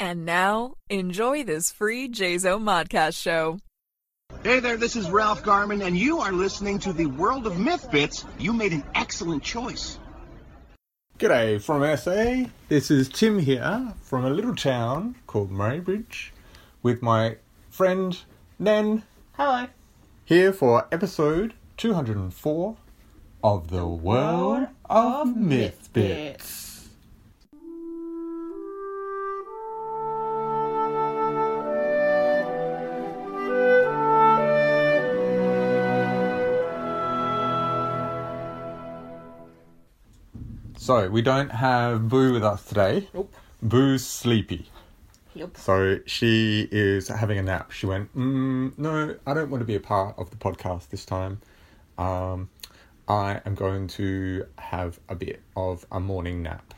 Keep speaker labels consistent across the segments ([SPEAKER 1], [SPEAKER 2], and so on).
[SPEAKER 1] And now, enjoy this free JZO Modcast show.
[SPEAKER 2] Hey there, this is Ralph Garman, and you are listening to the World of Myth Bits. You made an excellent choice.
[SPEAKER 3] G'day from SA. This is Tim here from a little town called Murraybridge with my friend Nen. Hi. Here for episode 204 of The World of Mythbits. So, we don't have Boo with us today.
[SPEAKER 4] Nope.
[SPEAKER 3] Boo's sleepy.
[SPEAKER 4] Yep.
[SPEAKER 3] So she is having a nap. She went, mm, No, I don't want to be a part of the podcast this time. Um, I am going to have a bit of a morning nap.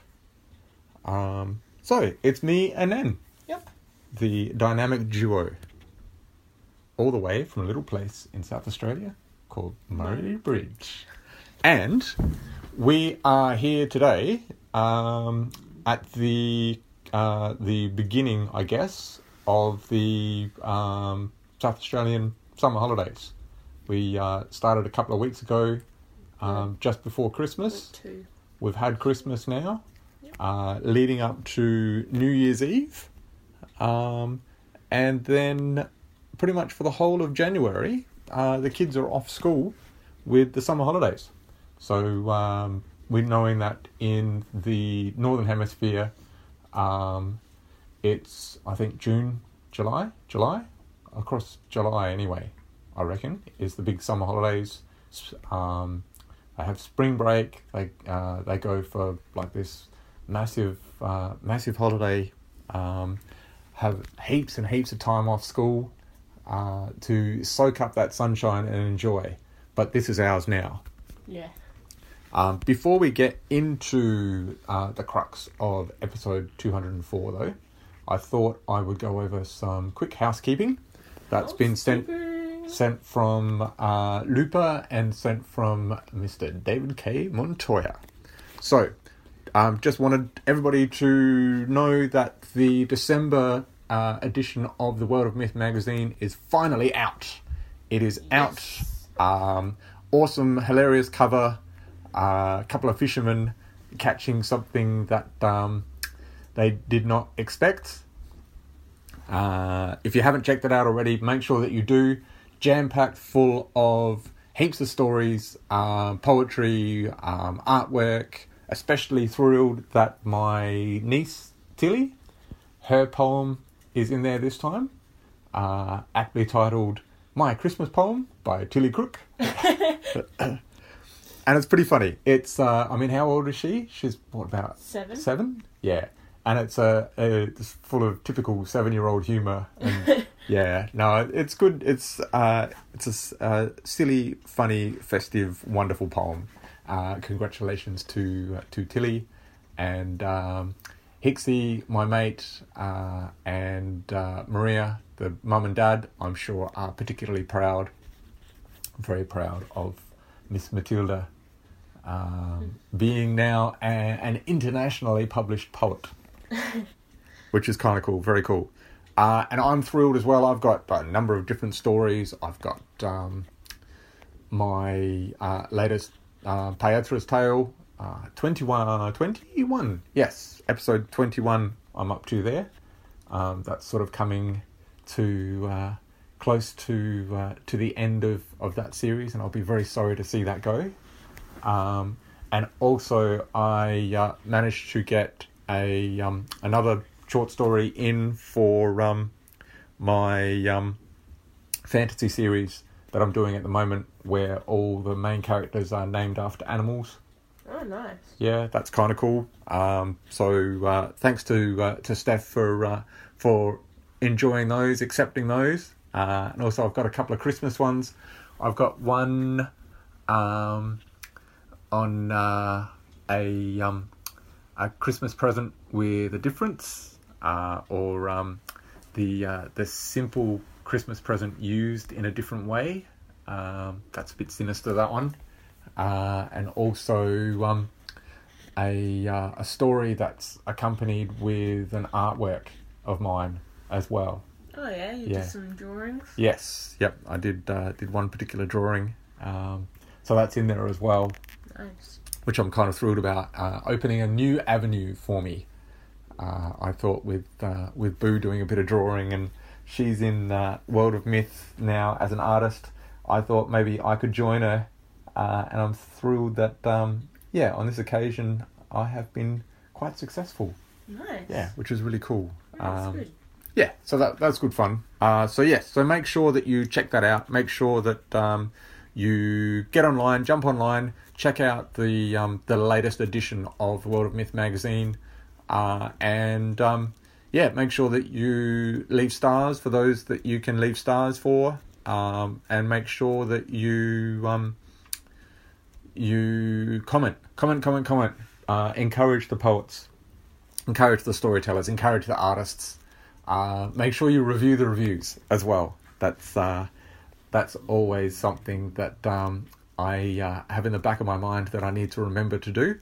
[SPEAKER 3] Um, so it's me and Nen,
[SPEAKER 4] Yep.
[SPEAKER 3] the dynamic duo, all the way from a little place in South Australia called Murray Bridge. And we are here today um, at the uh, the beginning, I guess, of the um, South Australian summer holidays. We uh, started a couple of weeks ago, um, just before Christmas.
[SPEAKER 4] Two.
[SPEAKER 3] We've had Christmas now, uh, leading up to New Year's Eve, um, and then pretty much for the whole of January, uh, the kids are off school with the summer holidays. So um, we're knowing that in the northern hemisphere, um, it's I think June, July, July, across July anyway. I reckon is the big summer holidays. S- Um, they have spring break. They uh, they go for like this massive uh, massive holiday. Um, have heaps and heaps of time off school uh, to soak up that sunshine and enjoy. But this is ours now.
[SPEAKER 4] Yeah.
[SPEAKER 3] Um, before we get into uh, the crux of episode 204, though, I thought I would go over some quick housekeeping that's been sent sent from uh, Lupa and sent from Mr. David K. Montoya. So, um, just wanted everybody to know that the December uh, edition of the World of Myth magazine is finally out. It is out. Um, awesome, hilarious cover. A couple of fishermen catching something that um, they did not expect. Uh, if you haven't checked it out already, make sure that you do. Jam packed full of heaps of stories, um, poetry, um, artwork. Especially thrilled that my niece Tilly, her poem is in there this time, uh, aptly titled "My Christmas Poem" by Tilly Crook, and it's pretty funny. It's uh, I mean, how old is she? She's what about
[SPEAKER 4] Seven.
[SPEAKER 3] Seven, yeah. And it's a, uh it's full of typical seven-year-old humor. And, yeah, no, it's good. It's uh, it's a s- uh, silly, funny, festive, wonderful poem. Uh, congratulations to to Tilly and um, Hixie, my mate, uh, and uh, Maria, the mum and dad. I'm sure are particularly proud. Very proud of Miss Matilda um, being now a, an internationally published poet, which is kind of cool, very cool. Uh, and I'm thrilled as well. I've got uh, a number of different stories. I've got um, my uh, latest uh, Paetra's Tale, uh, 21, 21, yes, episode 21, I'm up to there. Um, that's sort of coming to uh, close to uh, to the end of, of that series, and I'll be very sorry to see that go. Um, and also, I uh, managed to get a um, another short story in for um, my um, fantasy series that I'm doing at the moment, where all the main characters are named after animals.
[SPEAKER 4] Oh, nice.
[SPEAKER 3] Yeah, that's kind of cool. Um, so uh, thanks to uh, to Steph for uh, for enjoying those, accepting those, uh, and also I've got a couple of Christmas ones. I've got one um, on uh, a um, a Christmas present with a difference, uh, or um, the uh, the simple Christmas present used in a different way. Um, that's a bit sinister that one, uh, and also. Um, a uh, a story that's accompanied with an artwork of mine as well.
[SPEAKER 4] Oh yeah, you
[SPEAKER 3] Yeah.
[SPEAKER 4] did some drawings.
[SPEAKER 3] Yes, yep, I did uh, did one particular drawing, um, so that's in there as well,
[SPEAKER 4] Nice.
[SPEAKER 3] which I'm kind of thrilled about. Uh, opening a new avenue for me, uh, I thought with uh, with Boo doing a bit of drawing and she's in uh, World of Myth now as an artist. I thought maybe I could join her, uh, and I'm thrilled that um, yeah, on this occasion I have been quite successful.
[SPEAKER 4] Nice. Oh,
[SPEAKER 3] Yeah, which was really cool.
[SPEAKER 4] That's
[SPEAKER 3] Um,
[SPEAKER 4] good.
[SPEAKER 3] yeah, so that that's good fun. Uh, so yes, so make sure that you check that out. Make sure that um, you get online, jump online, check out the um, the latest edition of World of Myth magazine, uh, and um, yeah, make sure that you leave stars for those that you can leave stars for, um, and make sure that you um, you comment, comment, comment, comment. Uh, encourage the poets encourage the storytellers, encourage the artists. Uh, make sure you review the reviews as well. That's uh, that's always something that um, I uh, have in the back of my mind that I need to remember to do.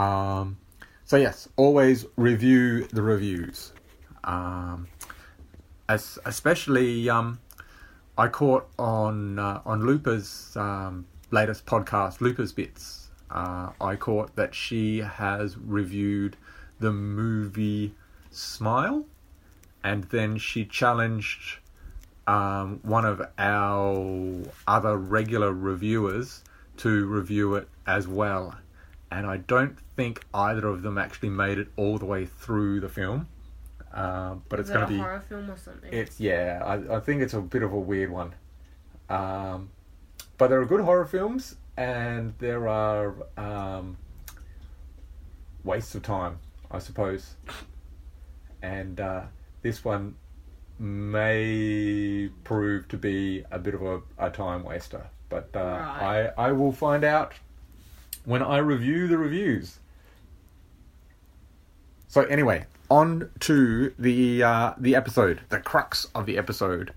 [SPEAKER 3] Um, so yes, always review the reviews. Um, as especially um, I caught on uh, on Lupa's um, latest podcast, Lupa's Bits. Uh, I caught that she has reviewed the movie Smile, and then she challenged um, one of our other regular reviewers to review it as well. And I don't think either of them actually made it all the way through the film. Uh, but
[SPEAKER 4] Is
[SPEAKER 3] it's
[SPEAKER 4] that
[SPEAKER 3] going
[SPEAKER 4] a
[SPEAKER 3] to be
[SPEAKER 4] horror film or something?
[SPEAKER 3] it's yeah, I, I think it's a bit of a weird one. Um, but there are good horror films, and there are um, wastes of time, I suppose. And uh, this one may prove to be a bit of a, a time waster, but uh,
[SPEAKER 4] Right.
[SPEAKER 3] I I will find out when I review the reviews. So anyway, on to the uh, the episode, the crux of the episode,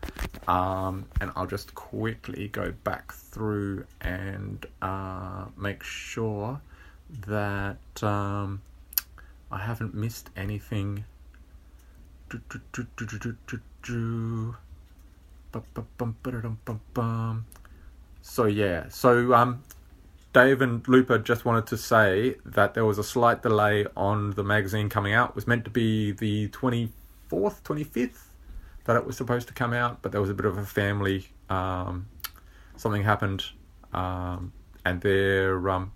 [SPEAKER 3] um, and I'll just quickly go back through and uh, make sure that um, I haven't missed anything. Do, do, do, do, do, do, do, do. Bum, bum, bum, ba-da-dum, bum, bum. So yeah, so um, Dave and Lupa just wanted to say that there was a slight delay on the magazine coming out. It was meant to be the 24th, 25th that it was supposed to come out, but there was a bit of a family um, something happened, um, and they're um,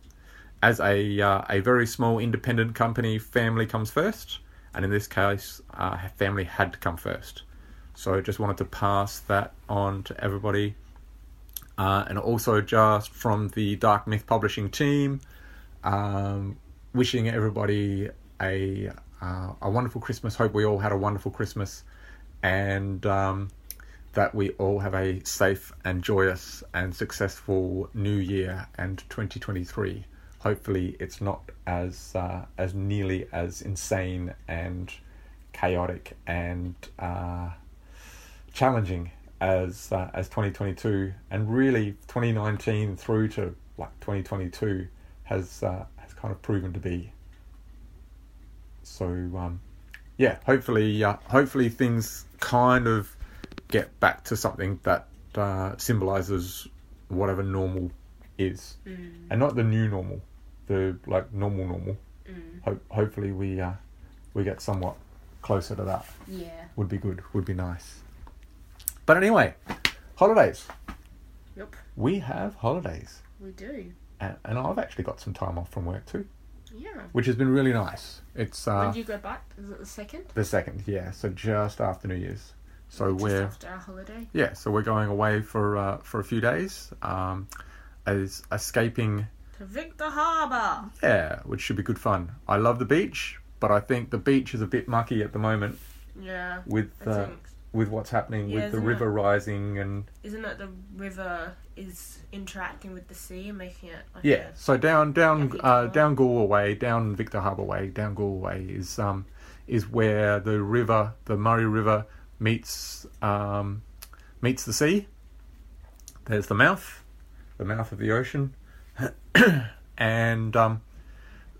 [SPEAKER 3] as a uh, a very small independent company, family comes first, and in this case, uh, family had to come first. So I just wanted to pass that on to everybody. Uh, and also just from the Dark Myth Publishing team, um, wishing everybody a uh, a wonderful Christmas. Hope we all had a wonderful Christmas, and um, that we all have a safe and joyous and successful New Year and 2023. Hopefully, it's not as uh, as nearly as insane and chaotic and. Uh, challenging as uh, as 2022 and really 2019 through to like 2022 has uh, has kind of proven to be so um yeah hopefully uh, hopefully things kind of get back to something that uh, symbolizes whatever normal is and not the new normal the like normal normal Ho- hopefully we uh, we get somewhat closer to that
[SPEAKER 4] Yeah.
[SPEAKER 3] would be good, would be nice. But anyway, holidays.
[SPEAKER 4] Yep.
[SPEAKER 3] We have holidays.
[SPEAKER 4] We do.
[SPEAKER 3] And, and I've actually got some time off from work too,
[SPEAKER 4] Yeah.
[SPEAKER 3] which has been really nice. It's
[SPEAKER 4] when
[SPEAKER 3] uh,
[SPEAKER 4] do you go back? Is it the second?
[SPEAKER 3] the second, yeah, so just after New Year's. So
[SPEAKER 4] Just
[SPEAKER 3] we're
[SPEAKER 4] after our holiday.
[SPEAKER 3] yeah, so we're going away for uh, for a few days, um, as escaping
[SPEAKER 4] To Victor Harbour.
[SPEAKER 3] yeah, which should be good fun. I love the beach, but I think the beach is a bit mucky at the moment
[SPEAKER 4] Yeah.
[SPEAKER 3] with
[SPEAKER 4] I
[SPEAKER 3] uh,
[SPEAKER 4] think.
[SPEAKER 3] with what's happening
[SPEAKER 4] Yeah,
[SPEAKER 3] with the
[SPEAKER 4] isn't it?
[SPEAKER 3] river rising and
[SPEAKER 4] Isn't that the river is interacting with the sea and making it like
[SPEAKER 3] Yeah, so down down
[SPEAKER 4] Victor
[SPEAKER 3] uh,
[SPEAKER 4] Harbour.
[SPEAKER 3] down Gore Way, down Victor Harbour Way, down Gore Way is um is where the river, the Murray River, meets um meets the sea. There's the mouth, the mouth of the ocean, and um,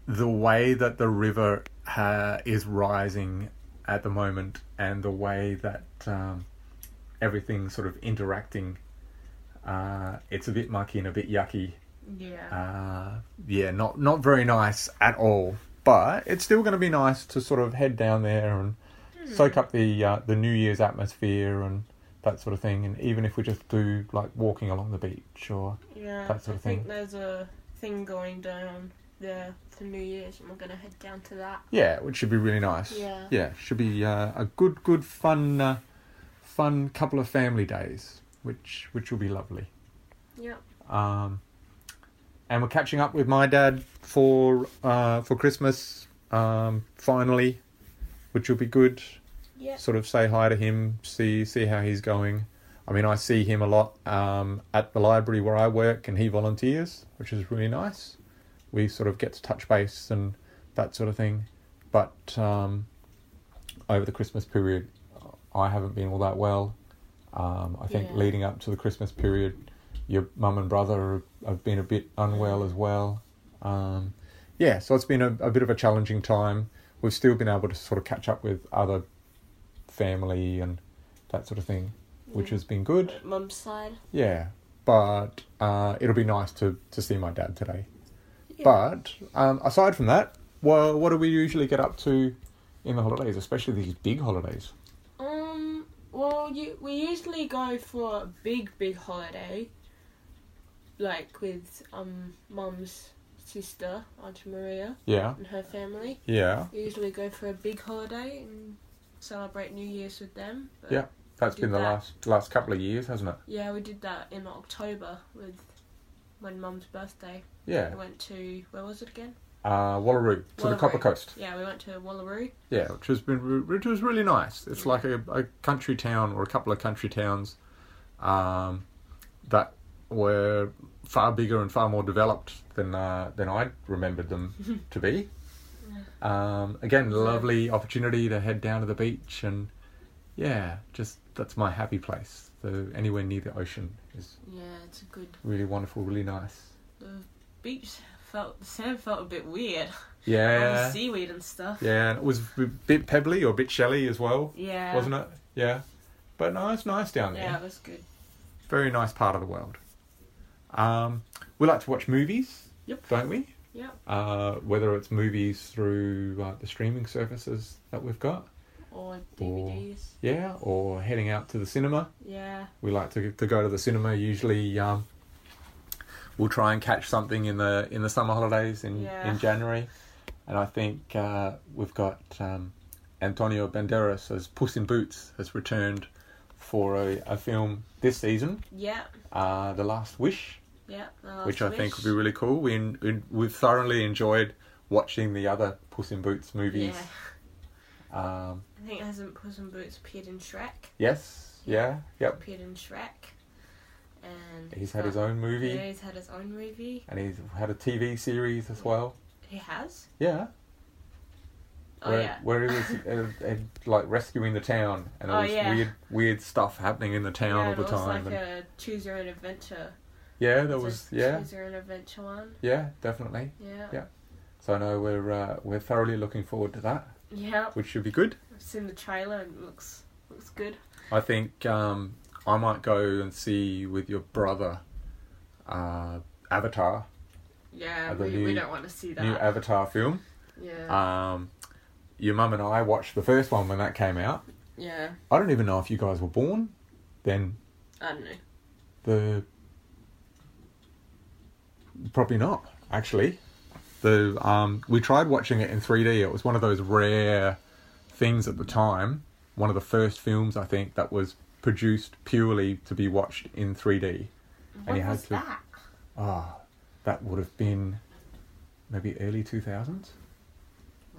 [SPEAKER 3] the way that the river ha- is uh, rising at the moment and the way that um, everything's sort of interacting. Uh, it's a bit mucky and a bit yucky.
[SPEAKER 4] Yeah.
[SPEAKER 3] Uh, yeah, not not very nice at all. But it's still going to be nice to sort of head down there and soak up the uh, the New Year's atmosphere and that sort of thing. And even if we just do like walking along the beach or
[SPEAKER 4] yeah.
[SPEAKER 3] that sort of
[SPEAKER 4] I think
[SPEAKER 3] thing.
[SPEAKER 4] there's a thing going down there for New Year's, and we're gonna head down to that.
[SPEAKER 3] Yeah, which should be really nice.
[SPEAKER 4] Yeah.
[SPEAKER 3] Yeah, should be uh, a good, good, fun, uh, fun couple of family days, which which will be lovely.
[SPEAKER 4] Yep.
[SPEAKER 3] Um, and we're catching up with my dad for uh, for Christmas um, finally, which will be good.
[SPEAKER 4] Yep.
[SPEAKER 3] Sort of say hi to him, see see how he's going. I mean, I see him a lot um, at the library where I work, and he volunteers, which is really nice. We sort of get to touch base and that sort of thing. But um, over the Christmas period, I haven't been all that well. Um, I think
[SPEAKER 4] Yeah.
[SPEAKER 3] leading up to the Christmas period, your mum and brother have been a bit unwell as well. Um, yeah, so it's been a, a bit of a challenging time. We've still been able to sort of catch up with other family and that sort of thing, which has been good.
[SPEAKER 4] Mum's side.
[SPEAKER 3] Yeah, but uh, it'll be nice to, to see my dad today. But um, aside from that, well, what do we usually get up to in the holidays, especially these big holidays?
[SPEAKER 4] Um. Well, you, we usually go for a big, big holiday, like with um mum's sister, Auntie Maria,
[SPEAKER 3] Yeah,
[SPEAKER 4] and her family.
[SPEAKER 3] yeah,
[SPEAKER 4] We usually go for a big holiday and celebrate New Year's with them. But
[SPEAKER 3] yeah. That's
[SPEAKER 4] Did
[SPEAKER 3] been the
[SPEAKER 4] that.
[SPEAKER 3] last last couple of years, hasn't it?
[SPEAKER 4] Yeah, we did that in October with when Mum's birthday.
[SPEAKER 3] Yeah.
[SPEAKER 4] We went to where was it again?
[SPEAKER 3] Uh, Wallaroo to the
[SPEAKER 4] Wallaroo.
[SPEAKER 3] Copper Coast.
[SPEAKER 4] Yeah, we went to Wallaroo.
[SPEAKER 3] Yeah, which has been re- which was really nice. It's like a, a country town or a couple of country towns um, that were far bigger and far more developed than uh, than I remembered them to be. Um, again, lovely opportunity to head down to the beach and yeah, just that's my happy place. The anywhere near the ocean is
[SPEAKER 4] Yeah, it's a good
[SPEAKER 3] really wonderful, really nice.
[SPEAKER 4] the beach felt the sand felt a bit weird. All the
[SPEAKER 3] Yeah,
[SPEAKER 4] seaweed and stuff.
[SPEAKER 3] yeah, and it was a bit pebbly or a bit shelly as well,
[SPEAKER 4] Yeah.
[SPEAKER 3] wasn't it? Yeah, but no, it's nice down there.
[SPEAKER 4] Yeah, it was good.
[SPEAKER 3] very nice part of the world. Um, we like to watch movies,
[SPEAKER 4] Yep.
[SPEAKER 3] don't we?
[SPEAKER 4] Yep.
[SPEAKER 3] Uh, whether it's movies through uh, the streaming services that we've got,
[SPEAKER 4] Or DVDs.
[SPEAKER 3] yeah, or heading out to the cinema.
[SPEAKER 4] Yeah.
[SPEAKER 3] We like to to go to the cinema. Usually, um, we'll try and catch something in the in the summer holidays in
[SPEAKER 4] Yeah.
[SPEAKER 3] in January, and I think uh, we've got um, Antonio Banderas as Puss in Boots has returned for a, a film this season,
[SPEAKER 4] Yeah.
[SPEAKER 3] uh, The Last Wish
[SPEAKER 4] Yeah.
[SPEAKER 3] which I think would be really cool. We, en- we we've thoroughly enjoyed watching the other Puss in Boots movies.
[SPEAKER 4] Yeah.
[SPEAKER 3] Um,
[SPEAKER 4] I think hasn't Puss in Boots appeared in Shrek?
[SPEAKER 3] yes, yeah, yep.
[SPEAKER 4] Appeared in Shrek. And
[SPEAKER 3] He's had his own movie
[SPEAKER 4] Yeah, he's had his own movie.
[SPEAKER 3] and he's had a TV series as well.
[SPEAKER 4] He has.
[SPEAKER 3] Yeah.
[SPEAKER 4] Oh
[SPEAKER 3] where,
[SPEAKER 4] yeah.
[SPEAKER 3] where he was uh, uh, like rescuing the town, and there
[SPEAKER 4] Oh,
[SPEAKER 3] was
[SPEAKER 4] yeah.
[SPEAKER 3] weird, weird stuff happening in the town
[SPEAKER 4] yeah,
[SPEAKER 3] all the
[SPEAKER 4] it was
[SPEAKER 3] time.
[SPEAKER 4] like
[SPEAKER 3] and,
[SPEAKER 4] a choose your own adventure.
[SPEAKER 3] yeah, there
[SPEAKER 4] It's a
[SPEAKER 3] was, yeah,
[SPEAKER 4] Choose your own adventure one.
[SPEAKER 3] yeah, definitely.
[SPEAKER 4] Yeah.
[SPEAKER 3] Yeah. So no, we're uh, we're thoroughly looking forward to that,
[SPEAKER 4] Yeah.
[SPEAKER 3] which should be good.
[SPEAKER 4] I've seen the trailer and it looks looks good.
[SPEAKER 3] I think um, I might go and see with your brother uh, Avatar,
[SPEAKER 4] Yeah,
[SPEAKER 3] Uh, the
[SPEAKER 4] we, we
[SPEAKER 3] new-
[SPEAKER 4] don't want to see that.
[SPEAKER 3] new Avatar film.
[SPEAKER 4] yeah.
[SPEAKER 3] Um, your mum and I watched the first one when that came out.
[SPEAKER 4] yeah.
[SPEAKER 3] I don't even know if you guys were born then.
[SPEAKER 4] I don't know.
[SPEAKER 3] The probably not actually. The um, we tried watching it in 3D. It was one of those rare things at the time. One of the first films I think that was produced purely to be watched in 3D.
[SPEAKER 4] What
[SPEAKER 3] you had
[SPEAKER 4] was
[SPEAKER 3] to-
[SPEAKER 4] that?
[SPEAKER 3] Ah, that would have been maybe early 2000s?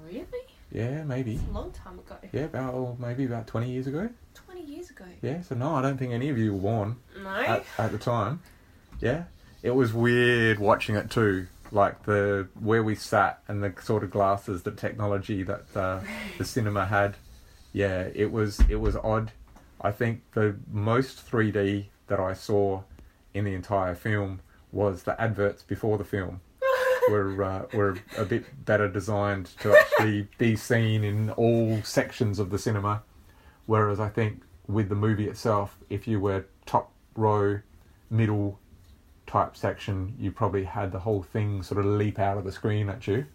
[SPEAKER 4] Really?
[SPEAKER 3] Yeah, maybe.
[SPEAKER 4] A long time ago.
[SPEAKER 3] Yeah, about oh, maybe about 20 years ago.
[SPEAKER 4] Twenty years ago.
[SPEAKER 3] Yeah, so no, I don't think any of you were born
[SPEAKER 4] No.
[SPEAKER 3] at, at the time. Yeah. It was weird watching it too. Like the where we sat and the sort of glasses, the technology that uh, the cinema had. Yeah, it was it was odd. I think the most 3D that I saw in the entire film was the adverts before the film. were uh, were a bit better designed to actually be seen in all sections of the cinema. Whereas I think with the movie itself, if you were top row, middle type section, you probably had the whole thing sort of leap out of the screen at you.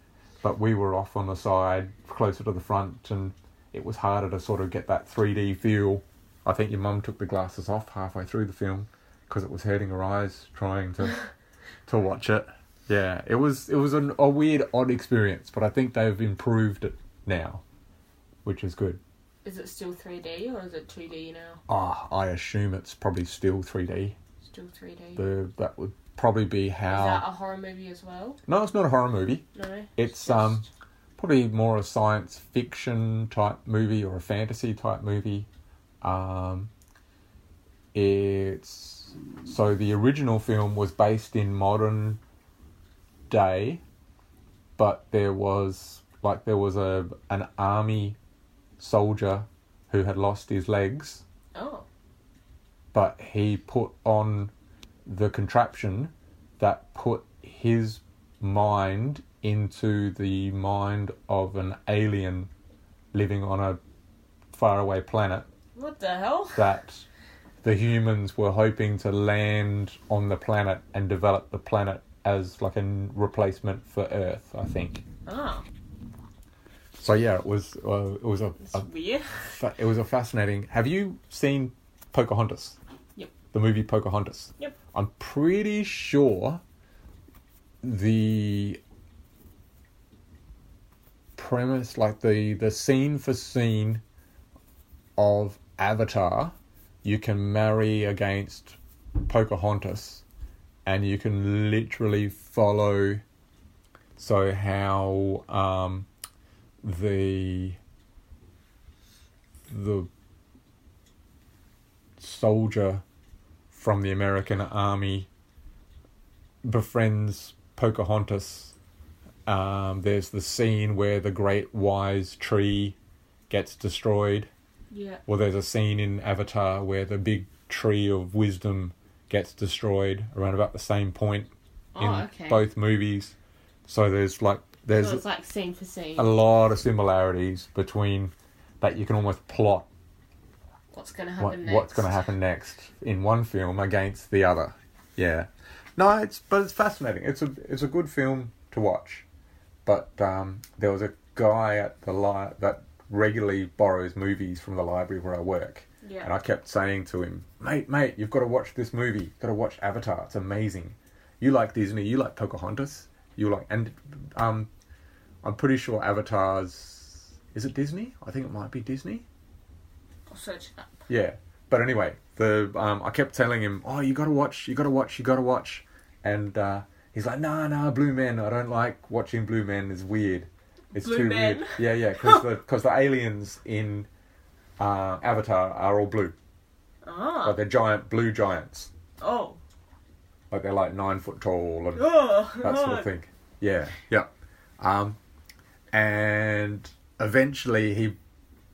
[SPEAKER 3] But we were off on the side, closer to the front, and it was harder to sort of get that 3D feel. I think your mum took the glasses off halfway through the film because it was hurting her eyes trying to to watch it. Yeah, it was it was an, a weird, odd experience, but I think they've improved it now, which is good.
[SPEAKER 4] Is it still 3D or is it 2D now?
[SPEAKER 3] Ah, I assume it's probably still 3D.
[SPEAKER 4] Still 3D. Is
[SPEAKER 3] The, that would probably be
[SPEAKER 4] that a
[SPEAKER 3] how.
[SPEAKER 4] horror movie as well?
[SPEAKER 3] No, it's not a horror movie.
[SPEAKER 4] No.
[SPEAKER 3] It's um probably more a science fiction type movie or a fantasy type movie. Um, it's so the original film was based in modern day, but there was like there was a an army soldier who had lost his legs
[SPEAKER 4] Oh.
[SPEAKER 3] but he put on the contraption that put his mind into the mind of an alien living on a faraway planet
[SPEAKER 4] What the hell?
[SPEAKER 3] that the humans were hoping to land on the planet and develop the planet as like a n- replacement for Earth, I think.
[SPEAKER 4] Oh.
[SPEAKER 3] So yeah, it was uh, it was a,
[SPEAKER 4] It's
[SPEAKER 3] a
[SPEAKER 4] weird.
[SPEAKER 3] fa- it was a fascinating. Have you seen Pocahontas?
[SPEAKER 4] Yep.
[SPEAKER 3] The movie Pocahontas.
[SPEAKER 4] Yep.
[SPEAKER 3] I'm pretty sure the premise, like the the scene for scene of Avatar, you can marry against Pocahontas, and you can literally follow. So how um, the the soldier from the American army befriends Pocahontas. Um, there's the scene where the great wise tree gets destroyed.
[SPEAKER 4] Yeah.
[SPEAKER 3] Well, there's a scene in Avatar where the big tree of wisdom gets destroyed around about the same point in
[SPEAKER 4] Oh, okay.
[SPEAKER 3] both movies. So there's like there's
[SPEAKER 4] So it's like scene for scene.
[SPEAKER 3] a lot of similarities between that you can almost plot
[SPEAKER 4] What's going to happen
[SPEAKER 3] what,
[SPEAKER 4] next?
[SPEAKER 3] what's going to happen next in one film against the other. Yeah, no, it's but it's fascinating. It's a it's a good film to watch. But um, there was a guy at the li- that regularly borrows movies from the library where I work,
[SPEAKER 4] Yeah.
[SPEAKER 3] and I kept saying to him, "Mate, mate, you've got to watch this movie. Got to watch Avatar. It's amazing. You like Disney. You like Pocahontas. You like and um, I'm pretty sure Avatar's is it Disney? I think it might be Disney.
[SPEAKER 4] I'll search it up.
[SPEAKER 3] Yeah, but anyway, the um, I kept telling him, "Oh, you gotta watch, you gotta watch, you gotta watch," and uh, he's like, "Nah, nah, Blue Men. I don't like watching Blue Men. It's weird. It's
[SPEAKER 4] Blue
[SPEAKER 3] too
[SPEAKER 4] Men?
[SPEAKER 3] weird." Yeah, yeah, because the because the aliens in uh, Avatar are all blue,
[SPEAKER 4] Ah.
[SPEAKER 3] like they're giant blue giants,
[SPEAKER 4] Oh.
[SPEAKER 3] like they're like nine foot tall and
[SPEAKER 4] Oh.
[SPEAKER 3] that sort of thing. Yeah, yeah. Um, and eventually he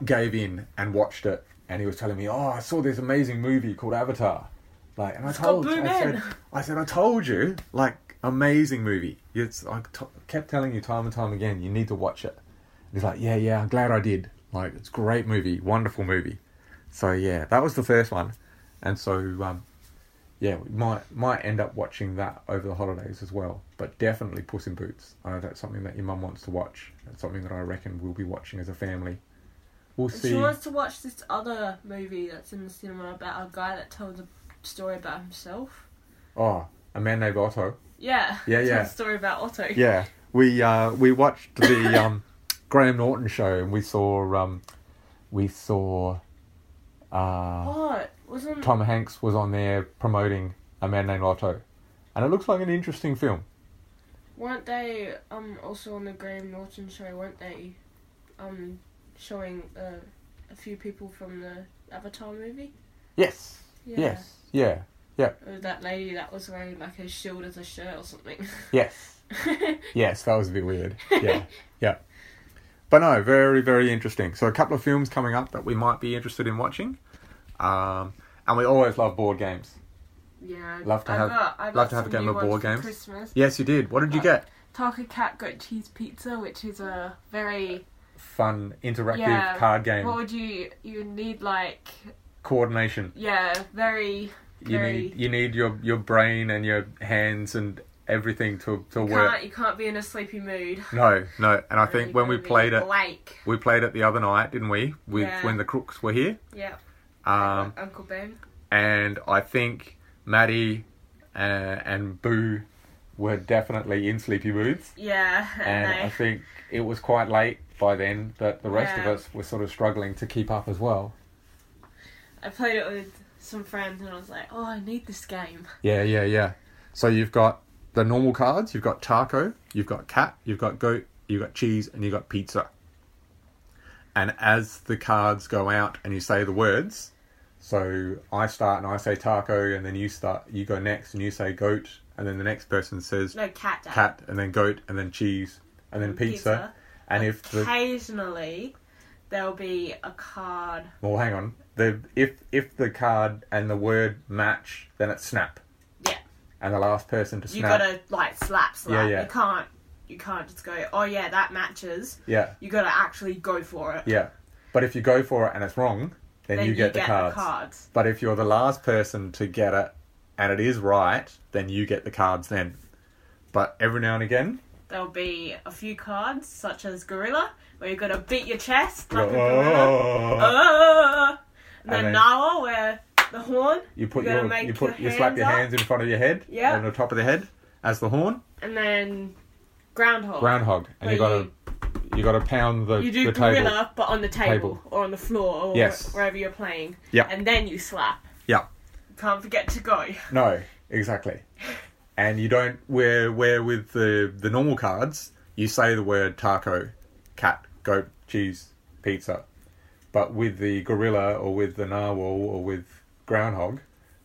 [SPEAKER 3] gave in and watched it, and he was telling me, "Oh, I saw this amazing movie called Avatar." Like, and I
[SPEAKER 4] got
[SPEAKER 3] told,
[SPEAKER 4] blue
[SPEAKER 3] I said,
[SPEAKER 4] men.
[SPEAKER 3] I said, I told you, like, amazing movie. It's, I t- kept telling you time and time again, you need to watch it. And he's like, yeah, yeah, I'm glad I did. Like, it's a great movie, wonderful movie. So yeah, that was the first one, and so um, yeah, we might might end up watching that over the holidays as well. But definitely Puss in Boots. I know that's something that your mum wants to watch. That's something that I reckon we'll be watching as a family. We'll see.
[SPEAKER 4] She wants to watch this other movie that's in the cinema about a guy that tells a story about himself.
[SPEAKER 3] Oh, a man named Otto.
[SPEAKER 4] Yeah.
[SPEAKER 3] Yeah,
[SPEAKER 4] Tells
[SPEAKER 3] yeah.
[SPEAKER 4] A story about Otto.
[SPEAKER 3] Yeah, we uh, we watched the um, Graham Norton show and we saw um, we saw uh,
[SPEAKER 4] Oh, wasn't
[SPEAKER 3] Tom Hanks was on there promoting a man named Otto, and it looks like an interesting film.
[SPEAKER 4] weren't they um also on the Graham Norton show? Weren't they um showing uh, a few people from the Avatar movie?
[SPEAKER 3] Yes.
[SPEAKER 4] Yeah.
[SPEAKER 3] Yes. Yeah.
[SPEAKER 4] Or that lady that was wearing like a shield as a shirt or something.
[SPEAKER 3] Yes. Yes, that was a bit weird. Yeah, yeah. But no, very, very interesting. So a couple of films coming up that we might be interested in watching. Um, and we always love board games.
[SPEAKER 4] yeah.
[SPEAKER 3] Love to
[SPEAKER 4] I
[SPEAKER 3] have-
[SPEAKER 4] got, I
[SPEAKER 3] love
[SPEAKER 4] got
[SPEAKER 3] to have a game
[SPEAKER 4] some new
[SPEAKER 3] of board
[SPEAKER 4] ones for
[SPEAKER 3] games.
[SPEAKER 4] Christmas.
[SPEAKER 3] Yes, you did. What did you
[SPEAKER 4] Uh,
[SPEAKER 3] get?
[SPEAKER 4] Taka Cat Goat Cheese Pizza, which is a very
[SPEAKER 3] Fun, interactive
[SPEAKER 4] yeah
[SPEAKER 3] card game.
[SPEAKER 4] What would you you need like
[SPEAKER 3] Coordination.
[SPEAKER 4] yeah very
[SPEAKER 3] You
[SPEAKER 4] very
[SPEAKER 3] need you need your, your brain and your hands and everthing to, to work.
[SPEAKER 4] can't you can't be in a sleepy mood.
[SPEAKER 3] No, no. And I think
[SPEAKER 4] You
[SPEAKER 3] when we
[SPEAKER 4] gotta be
[SPEAKER 3] played it,
[SPEAKER 4] awake.
[SPEAKER 3] we played it the other night, didn't we? With
[SPEAKER 4] Yeah.
[SPEAKER 3] when the crooks were here.
[SPEAKER 4] Yeah.
[SPEAKER 3] Um,
[SPEAKER 4] Uncle Ben.
[SPEAKER 3] and I think Maddie uh, and Boo were definitely in sleepy moods.
[SPEAKER 4] Yeah.
[SPEAKER 3] And I think it was quite late by then that the rest
[SPEAKER 4] Yeah.
[SPEAKER 3] of us were sort of struggling to keep up as well.
[SPEAKER 4] I played it with some friends and I was like, oh, I need this game.
[SPEAKER 3] Yeah, yeah, yeah. So you've got the normal cards, you've got taco, you've got cat, you've got goat, you've got cheese, and you've got pizza. And as the cards go out and you say the words, so I start and I say taco, and then you start, you go next and you say goat, and then the next person says
[SPEAKER 4] No, cat dad.
[SPEAKER 3] cat, and then goat, and then cheese, and then pizza.
[SPEAKER 4] Pizza.
[SPEAKER 3] And if the
[SPEAKER 4] Occasionally, there'll be a card.
[SPEAKER 3] well, hang on, the if if the card and the word match, then it's snap,
[SPEAKER 4] Yeah.
[SPEAKER 3] and the last person to snap.
[SPEAKER 4] You gotta, like, slap, slap.
[SPEAKER 3] Yeah, yeah.
[SPEAKER 4] You can't. You can't just go, oh yeah, that matches.
[SPEAKER 3] Yeah.
[SPEAKER 4] You gotta actually go for it.
[SPEAKER 3] Yeah. But if you go for it and it's wrong, then,
[SPEAKER 4] Then
[SPEAKER 3] you get, the, cards.
[SPEAKER 4] cards.
[SPEAKER 3] But if you're the last person to get it and it is right, then you get the cards then. But every now and again,
[SPEAKER 4] There'll be a few cards, such as Gorilla, where you gotta beat your chest
[SPEAKER 3] you
[SPEAKER 4] like a
[SPEAKER 3] go,
[SPEAKER 4] gorilla.
[SPEAKER 3] "Oh."
[SPEAKER 4] Oh! And then
[SPEAKER 3] And then-
[SPEAKER 4] Nawa, where the horn.
[SPEAKER 3] you put
[SPEAKER 4] gotta
[SPEAKER 3] your,
[SPEAKER 4] make
[SPEAKER 3] you put
[SPEAKER 4] your
[SPEAKER 3] you slap your
[SPEAKER 4] hands up.
[SPEAKER 3] hands in front of your head
[SPEAKER 4] Yeah.
[SPEAKER 3] on the top of the head as the horn
[SPEAKER 4] And then Groundhog.
[SPEAKER 3] groundhog and
[SPEAKER 4] Where
[SPEAKER 3] you gotta you gotta pound the,
[SPEAKER 4] You do
[SPEAKER 3] the
[SPEAKER 4] gorilla,
[SPEAKER 3] table
[SPEAKER 4] but on the table,
[SPEAKER 3] Table.
[SPEAKER 4] or on the floor, or
[SPEAKER 3] Yes.
[SPEAKER 4] wherever you're playing.
[SPEAKER 3] Yeah.
[SPEAKER 4] And then you slap.
[SPEAKER 3] yeah
[SPEAKER 4] Can't forget to go.
[SPEAKER 3] No, exactly. And you don't where where with the the normal cards, you say the word taco, cat, goat, cheese, pizza. But with the gorilla or with the narwhal or with groundhog,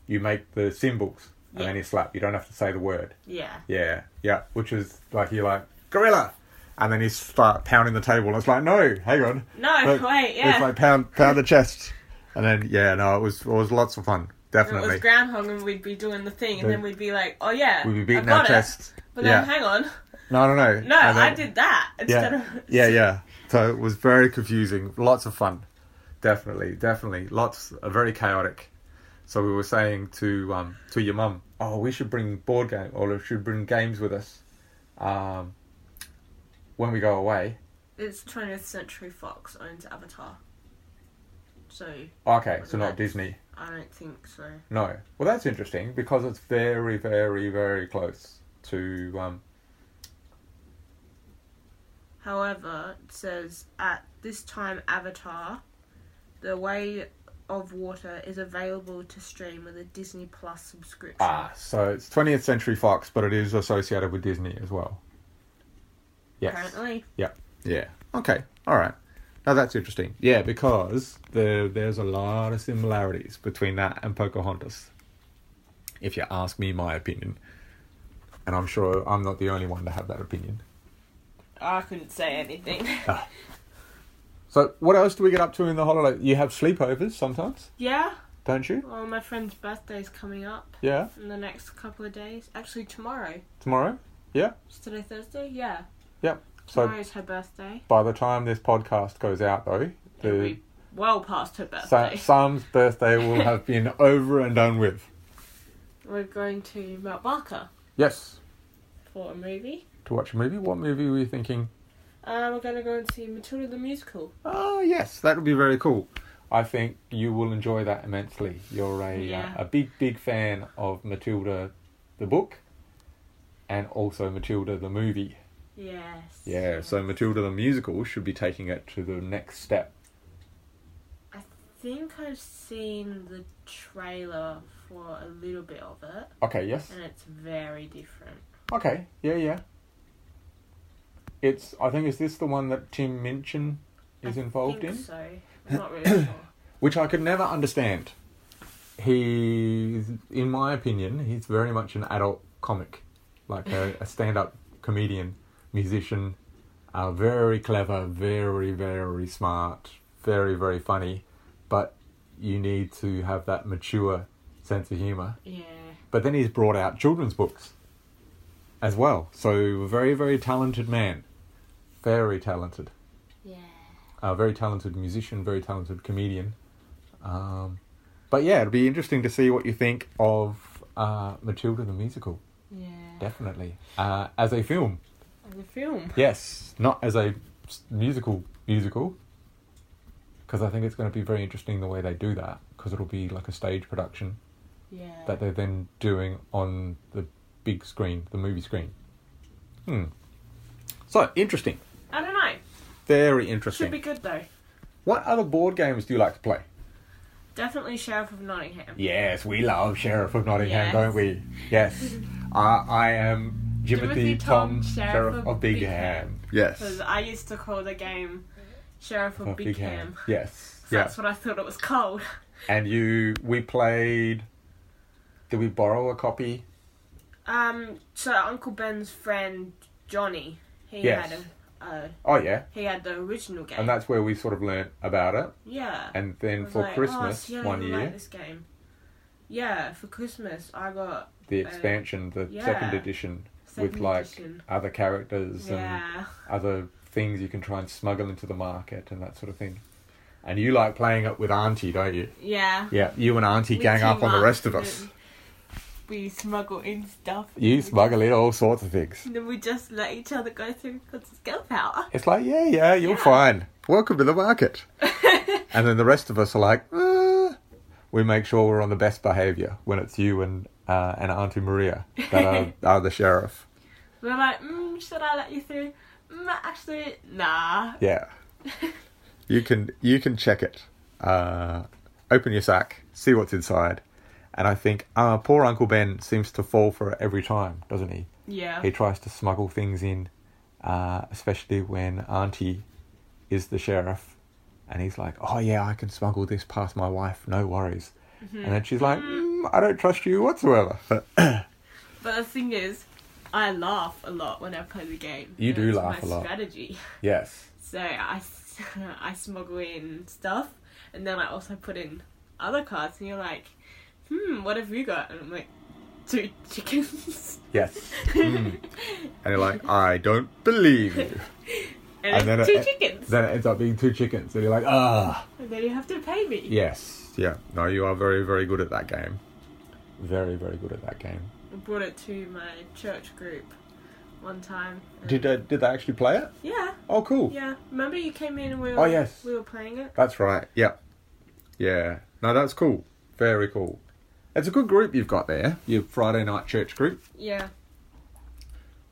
[SPEAKER 3] you make the symbols and then
[SPEAKER 4] Yeah.
[SPEAKER 3] you slap. You don't have to say the word.
[SPEAKER 4] Yeah.
[SPEAKER 3] Yeah, yeah. Which is like you're like gorilla, and then you start pounding the table. And it's like no, hang on.
[SPEAKER 4] No,
[SPEAKER 3] But
[SPEAKER 4] wait, yeah.
[SPEAKER 3] It's like pound pound the chest, and then yeah, no, it was it was lots of fun.
[SPEAKER 4] And
[SPEAKER 3] Definitely.
[SPEAKER 4] it was Groundhog, and we'd be doing the thing, and
[SPEAKER 3] The-
[SPEAKER 4] then we'd be like, oh yeah.
[SPEAKER 3] We'd be
[SPEAKER 4] I've
[SPEAKER 3] beating
[SPEAKER 4] got
[SPEAKER 3] our
[SPEAKER 4] it.
[SPEAKER 3] chests.
[SPEAKER 4] But
[SPEAKER 3] yeah.
[SPEAKER 4] then hang on.
[SPEAKER 3] No, no, no.
[SPEAKER 4] No,
[SPEAKER 3] And
[SPEAKER 4] I
[SPEAKER 3] then-
[SPEAKER 4] did that instead
[SPEAKER 3] Yeah.
[SPEAKER 4] of.
[SPEAKER 3] yeah, yeah. So it was very confusing. Lots of fun. Definitely, definitely. Lots, uh, very chaotic. So we were saying to um, to your mum, oh, we should bring board game or we should bring games with us um, when we go away.
[SPEAKER 4] It's 20th Century Fox owns Avatar. So,
[SPEAKER 3] Okay, so
[SPEAKER 4] Right.
[SPEAKER 3] not Disney.
[SPEAKER 4] I don't think so.
[SPEAKER 3] No. Well, that's interesting because it's very, very, very close to. Um,
[SPEAKER 4] However, it says at this time Avatar, the way of water is available to stream with a Disney Plus subscription.
[SPEAKER 3] ah, so it's 20th Century Fox, but it is associated with Disney as well. Yes.
[SPEAKER 4] Apparently.
[SPEAKER 3] Yeah. Yeah. Okay. All right. Now that's interesting. Yeah, because the, there's a lot of similarities between that and Pocahontas. If you ask me my opinion. And I'm sure I'm not the only one to have that opinion.
[SPEAKER 4] I couldn't say anything.
[SPEAKER 3] Ah. So, what else do we get up to in the holiday? You have sleepovers sometimes,
[SPEAKER 4] yeah.
[SPEAKER 3] don't you?
[SPEAKER 4] Well, my friend's birthday's coming up
[SPEAKER 3] Yeah.
[SPEAKER 4] in the next couple of days. Actually, tomorrow.
[SPEAKER 3] Tomorrow? Yeah.
[SPEAKER 4] Is today Thursday? Yeah.
[SPEAKER 3] Yeah. So,
[SPEAKER 4] Tomorrow's her birthday.
[SPEAKER 3] by the time this podcast goes out, though,
[SPEAKER 4] It'll
[SPEAKER 3] the
[SPEAKER 4] be well past her
[SPEAKER 3] Sa-
[SPEAKER 4] birthday.
[SPEAKER 3] Sam's birthday will have been over and done with.
[SPEAKER 4] We're going to Mount Barker
[SPEAKER 3] Yes.
[SPEAKER 4] for a movie.
[SPEAKER 3] To watch a movie? What movie were you thinking?
[SPEAKER 4] Uh, we're going to go and see Matilda the Musical.
[SPEAKER 3] Oh yes, that would be very cool. I think you will enjoy that immensely. You're a
[SPEAKER 4] Yeah.
[SPEAKER 3] uh, a big big fan of Matilda, the book, and also Matilda the movie.
[SPEAKER 4] Yes.
[SPEAKER 3] Yeah, so Matilda the musical should be taking it to the next step.
[SPEAKER 4] I think I've seen the trailer for a little bit of it,
[SPEAKER 3] Okay, yes.
[SPEAKER 4] and it's very different.
[SPEAKER 3] Okay, yeah, yeah. It's I think is this the one that Tim Minchin is
[SPEAKER 4] I
[SPEAKER 3] involved
[SPEAKER 4] think
[SPEAKER 3] in?
[SPEAKER 4] So I'm not really sure.
[SPEAKER 3] which I could never understand. He, in my opinion, he's very much an adult comic, like a, a stand-up comedian, musician, uh, very clever, very very smart, very very funny, but you need to have that mature sense of humor.
[SPEAKER 4] Yeah.
[SPEAKER 3] But then he's brought out children's books, as well. So very very talented man, very talented,
[SPEAKER 4] Yeah.
[SPEAKER 3] a very talented musician, very talented comedian. Um, but yeah, it'll be interesting to see what you think of uh, Matilda the musical.
[SPEAKER 4] Yeah.
[SPEAKER 3] Definitely uh, as a film.
[SPEAKER 4] As a film.
[SPEAKER 3] Yes, not as a s- musical musical, because I think it's going to be very interesting the way they do that, because it'll be like a stage production
[SPEAKER 4] Yeah.
[SPEAKER 3] that they're then doing on the big screen, the movie screen. Hmm. So interesting,
[SPEAKER 4] I don't know.
[SPEAKER 3] very
[SPEAKER 4] Should
[SPEAKER 3] interesting.
[SPEAKER 4] be good though.
[SPEAKER 3] What other board games do you like to play?
[SPEAKER 4] Definitely Sheriff of Nottingham.
[SPEAKER 3] Yes, we love Sheriff of Nottingham,
[SPEAKER 4] Yes.
[SPEAKER 3] don't we? Yes, I, I am Jimothy,
[SPEAKER 4] Timothy
[SPEAKER 3] Tom,
[SPEAKER 4] Tom,
[SPEAKER 3] Sheriff, of, Bigham.
[SPEAKER 4] Because
[SPEAKER 3] Yes,
[SPEAKER 4] I used to call the game Sheriff of Bigham.
[SPEAKER 3] Yes,
[SPEAKER 4] So That's what I thought it was called.
[SPEAKER 3] and you we played did we borrow a copy
[SPEAKER 4] Um, so Uncle Ben's friend Johnny, he
[SPEAKER 3] Yes.
[SPEAKER 4] had a, uh,
[SPEAKER 3] oh yeah
[SPEAKER 4] he had the original game.
[SPEAKER 3] and that's where we sort of learnt about it
[SPEAKER 4] yeah.
[SPEAKER 3] and
[SPEAKER 4] I
[SPEAKER 3] then
[SPEAKER 4] was
[SPEAKER 3] for
[SPEAKER 4] like, oh,
[SPEAKER 3] christmas
[SPEAKER 4] see, I don't
[SPEAKER 3] one
[SPEAKER 4] even
[SPEAKER 3] year
[SPEAKER 4] Like this game. Yeah, for Christmas I got
[SPEAKER 3] the
[SPEAKER 4] uh,
[SPEAKER 3] expansion the
[SPEAKER 4] yeah.
[SPEAKER 3] second edition with
[SPEAKER 4] Second
[SPEAKER 3] like
[SPEAKER 4] edition.
[SPEAKER 3] other characters
[SPEAKER 4] yeah,
[SPEAKER 3] and other things you can try and smuggle into the market and that sort of thing and you like playing it with auntie don't you
[SPEAKER 4] yeah.
[SPEAKER 3] yeah you and auntie
[SPEAKER 4] We
[SPEAKER 3] gang up
[SPEAKER 4] team
[SPEAKER 3] on the rest of us
[SPEAKER 4] and We smuggle in stuff.
[SPEAKER 3] you smuggle in all sorts of things
[SPEAKER 4] And then we just let each other go through because it's girl power.
[SPEAKER 3] it's like yeah yeah you're
[SPEAKER 4] Yeah.
[SPEAKER 3] fine welcome to the market And then the rest of us are like, "Uh." we make sure we're on the best behaviour when it's you and uh, and Auntie Maria that are, are the sheriff.
[SPEAKER 4] We're like, mm, should I let you through? Mm, actually, nah.
[SPEAKER 3] Yeah, you can you can check it. Uh, open your sack, see what's inside. And I think uh, poor Uncle Ben seems to fall for it every time, doesn't he?
[SPEAKER 4] Yeah.
[SPEAKER 3] He tries to smuggle things in, uh, especially when Auntie is the sheriff. And he's like, oh, yeah, I can smuggle this past my wife, no worries. And then she's like, mm, I don't trust you whatsoever.
[SPEAKER 4] But the thing is, I laugh a lot when I play the game.
[SPEAKER 3] You do
[SPEAKER 4] It's
[SPEAKER 3] laugh
[SPEAKER 4] my
[SPEAKER 3] a lot.
[SPEAKER 4] Strategy.
[SPEAKER 3] yes.
[SPEAKER 4] So I, s- I smuggle in stuff, and then I also put in other cards, and you're like, hmm, what have you got? And I'm like, two chickens.
[SPEAKER 3] Yes. Mm. And you're like, I don't believe you.
[SPEAKER 4] and,
[SPEAKER 3] then
[SPEAKER 4] it's two
[SPEAKER 3] it-
[SPEAKER 4] chickens.
[SPEAKER 3] Then it ends up being two chickens. And you're like, ah.
[SPEAKER 4] and then you have to pay me.
[SPEAKER 3] Yes. Yeah. No, you are very, very good at that game. Very, very good at that game.
[SPEAKER 4] I brought it to my church group one time. and-
[SPEAKER 3] Did, uh, did they actually play it?
[SPEAKER 4] yeah,
[SPEAKER 3] Oh, cool.
[SPEAKER 4] yeah. Remember you came in and we were,
[SPEAKER 3] Oh, yes.
[SPEAKER 4] we were playing it?
[SPEAKER 3] That's right. Yeah. Yeah. No, that's cool. Very cool. It's a good group you've got there, your Friday night church group.
[SPEAKER 4] Yeah.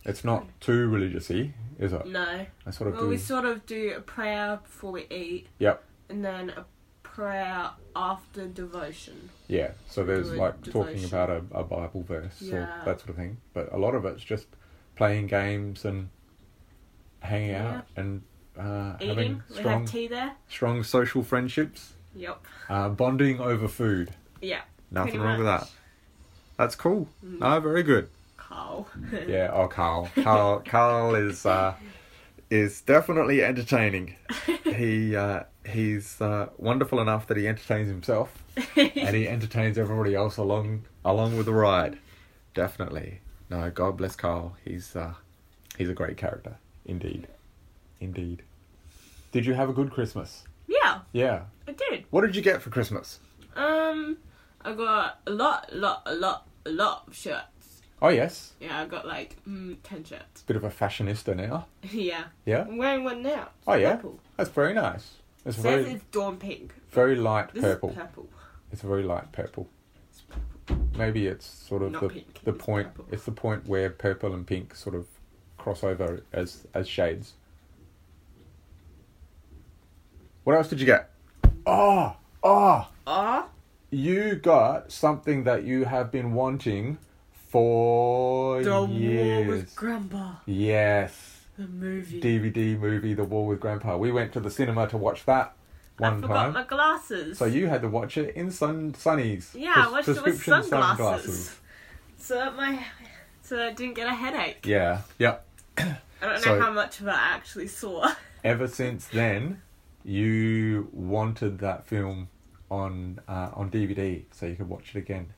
[SPEAKER 3] It's not too religious y, is it?
[SPEAKER 4] No.
[SPEAKER 3] I sort of
[SPEAKER 4] Well,
[SPEAKER 3] do.
[SPEAKER 4] we sort of do a prayer before we eat,
[SPEAKER 3] Yep.
[SPEAKER 4] and then a prayer after devotion.
[SPEAKER 3] Yeah. So there's
[SPEAKER 4] do a
[SPEAKER 3] like talking
[SPEAKER 4] devotion.
[SPEAKER 3] about a, a Bible verse
[SPEAKER 4] Yeah.
[SPEAKER 3] or that sort of thing. But a lot of it's just playing games and hanging
[SPEAKER 4] Yeah.
[SPEAKER 3] out and uh, having
[SPEAKER 4] Eating, we
[SPEAKER 3] strong,
[SPEAKER 4] have tea there.
[SPEAKER 3] strong social friendships,
[SPEAKER 4] Yep.
[SPEAKER 3] uh, bonding over food.
[SPEAKER 4] Yeah.
[SPEAKER 3] Nothing
[SPEAKER 4] pretty
[SPEAKER 3] wrong with
[SPEAKER 4] much. Mm-hmm.
[SPEAKER 3] that. That's cool. No, very good.
[SPEAKER 4] Carl.
[SPEAKER 3] Yeah, oh Carl. Carl Carl is uh is definitely entertaining. He uh he's uh wonderful enough that he entertains himself and he entertains everybody else along along with the ride. Definitely. No, God bless Carl. He's uh he's a great character. Indeed. Indeed. Did you have a good Christmas?
[SPEAKER 4] yeah,
[SPEAKER 3] Yeah.
[SPEAKER 4] I did.
[SPEAKER 3] What did you get for Christmas?
[SPEAKER 4] Um, I got a lot, lot, a lot, a lot of shirts.
[SPEAKER 3] Oh yes.
[SPEAKER 4] Yeah, I got like mm, ten shirts.
[SPEAKER 3] Bit of a fashionista now.
[SPEAKER 4] yeah.
[SPEAKER 3] Yeah.
[SPEAKER 4] I'm wearing one now. It's
[SPEAKER 3] Oh yeah.
[SPEAKER 4] Purple.
[SPEAKER 3] That's very nice. It's
[SPEAKER 4] It says
[SPEAKER 3] very
[SPEAKER 4] it's dawn pink.
[SPEAKER 3] very light
[SPEAKER 4] This
[SPEAKER 3] purple.
[SPEAKER 4] is purple.
[SPEAKER 3] It's very light purple. Maybe it's sort of
[SPEAKER 4] Not
[SPEAKER 3] the,
[SPEAKER 4] pink,
[SPEAKER 3] the
[SPEAKER 4] it's
[SPEAKER 3] point.
[SPEAKER 4] purple.
[SPEAKER 3] It's the point where purple and pink sort of cross over as as shades. What else did you get? Oh, oh,
[SPEAKER 4] Ah,
[SPEAKER 3] you got something that you have been wanting for
[SPEAKER 4] the war
[SPEAKER 3] years.
[SPEAKER 4] with Grandpa.
[SPEAKER 3] yes,
[SPEAKER 4] The movie.
[SPEAKER 3] DVD movie, The War with Grandpa. We went to the cinema to watch that
[SPEAKER 4] I
[SPEAKER 3] one
[SPEAKER 4] forgot
[SPEAKER 3] time.
[SPEAKER 4] my glasses.
[SPEAKER 3] So you had to watch it in sun sunnies.
[SPEAKER 4] Yeah, I watched it with
[SPEAKER 3] prescription
[SPEAKER 4] sunglasses. So that my so that I didn't get a headache.
[SPEAKER 3] Yeah, yeah.
[SPEAKER 4] I don't know
[SPEAKER 3] So-
[SPEAKER 4] how much of it I actually saw.
[SPEAKER 3] Ever since then, you wanted that film on uh, on DVD so you could watch it again.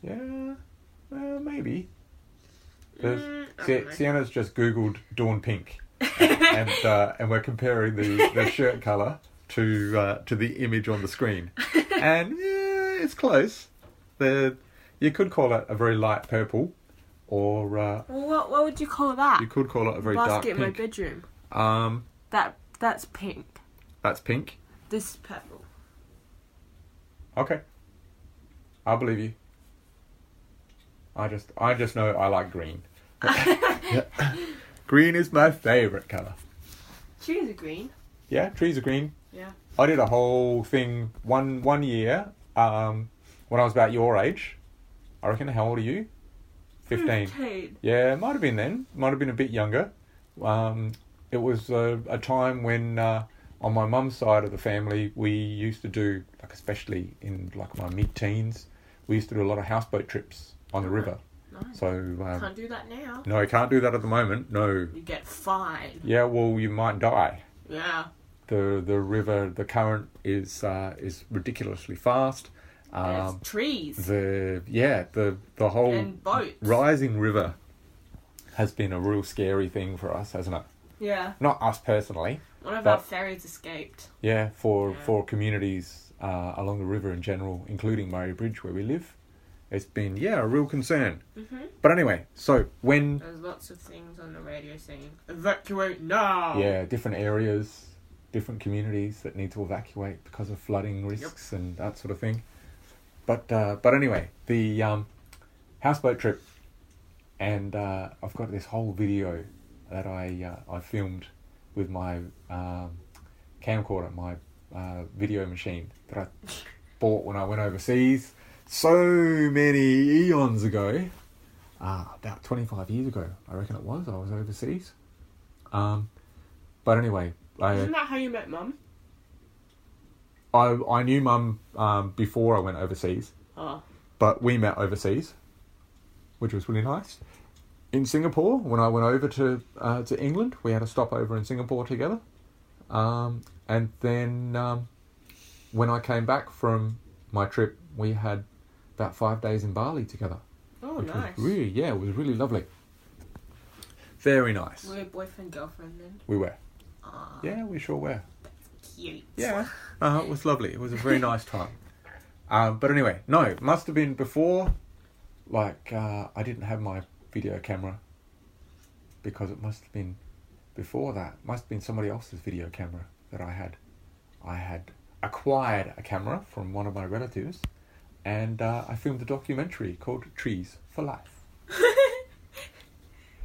[SPEAKER 3] Yeah, Well, maybe. 'Cause
[SPEAKER 4] Mm, I
[SPEAKER 3] Si-
[SPEAKER 4] don't know.
[SPEAKER 3] Sienna's just googled Dawn Pink, and uh, and we're comparing the, the shirt color to uh, to the image on the screen, and yeah, it's close. The you could call it a very light purple, or uh,
[SPEAKER 4] Well, what what would you call that?
[SPEAKER 3] you could call it a very dark
[SPEAKER 4] Basket in my
[SPEAKER 3] pink.
[SPEAKER 4] bedroom.
[SPEAKER 3] Um,
[SPEAKER 4] That that's pink.
[SPEAKER 3] that's pink.
[SPEAKER 4] This is purple.
[SPEAKER 3] Okay, I believe you. I just I just know I like green. green is my favorite color.
[SPEAKER 4] Trees are green.
[SPEAKER 3] Yeah, trees are green.
[SPEAKER 4] Yeah.
[SPEAKER 3] I did a whole thing one one year um, when I was about your age. I reckon. How old are you? Fifteen.
[SPEAKER 4] Fifteen.
[SPEAKER 3] Yeah, might have been then. Might have been a bit younger. Um, it was a, a time when uh, on my mum's side of the family we used to do like especially in like my mid teens we used to do a lot of houseboat trips on the river.
[SPEAKER 4] Nice.
[SPEAKER 3] So um,
[SPEAKER 4] Can't do that now.
[SPEAKER 3] no, I can't do that at the moment. No.
[SPEAKER 4] You get fined.
[SPEAKER 3] Yeah, well, you might die
[SPEAKER 4] Yeah.
[SPEAKER 3] the the river the current is uh, is ridiculously fast
[SPEAKER 4] There's
[SPEAKER 3] um,
[SPEAKER 4] trees
[SPEAKER 3] the yeah the the whole
[SPEAKER 4] and boats.
[SPEAKER 3] rising river has been a real scary thing for us hasn't it
[SPEAKER 4] Yeah.
[SPEAKER 3] not us personally
[SPEAKER 4] One of
[SPEAKER 3] But-
[SPEAKER 4] our ferries escaped.
[SPEAKER 3] yeah for
[SPEAKER 4] Yeah.
[SPEAKER 3] for communities uh, along the river in general including Murray Bridge where we live it's been yeah a real concern
[SPEAKER 4] Mhm.
[SPEAKER 3] but anyway so when
[SPEAKER 4] There's lots of things on the radio saying evacuate now.
[SPEAKER 3] yeah, different areas, different communities that need to evacuate because of flooding risks and that sort of thing. But uh, but anyway, the um, houseboat trip, and uh, I've got this whole video that I uh, I filmed with my um, camcorder, my uh, video machine that I bought when I went overseas so many eons ago. Ah, about 25 years ago, I reckon it was. I was overseas. Um, but anyway, I,
[SPEAKER 4] Isn't that how you met Mum?
[SPEAKER 3] I I knew Mum um, before I went overseas,
[SPEAKER 4] Oh.
[SPEAKER 3] but we met overseas, which was really nice. In Singapore, when I went over to uh, to England, we had a stopover in Singapore together, um, and then um, when I came back from my trip, we had about five days in Bali together.
[SPEAKER 4] Oh,
[SPEAKER 3] which
[SPEAKER 4] nice.
[SPEAKER 3] was really yeah, it was really lovely. Very nice.
[SPEAKER 4] We're boyfriend girlfriend then.
[SPEAKER 3] We were.
[SPEAKER 4] Ah,
[SPEAKER 3] Yeah, we sure were.
[SPEAKER 4] cute.
[SPEAKER 3] Yeah. Uh, it was lovely. It was a very nice time. Um, but anyway, no, it must have been before. Like, uh, I didn't have my video camera because it must have been before that. Must have been somebody else's video camera that I had. I had acquired a camera from one of my relatives and uh, I filmed a documentary called Trees for Life.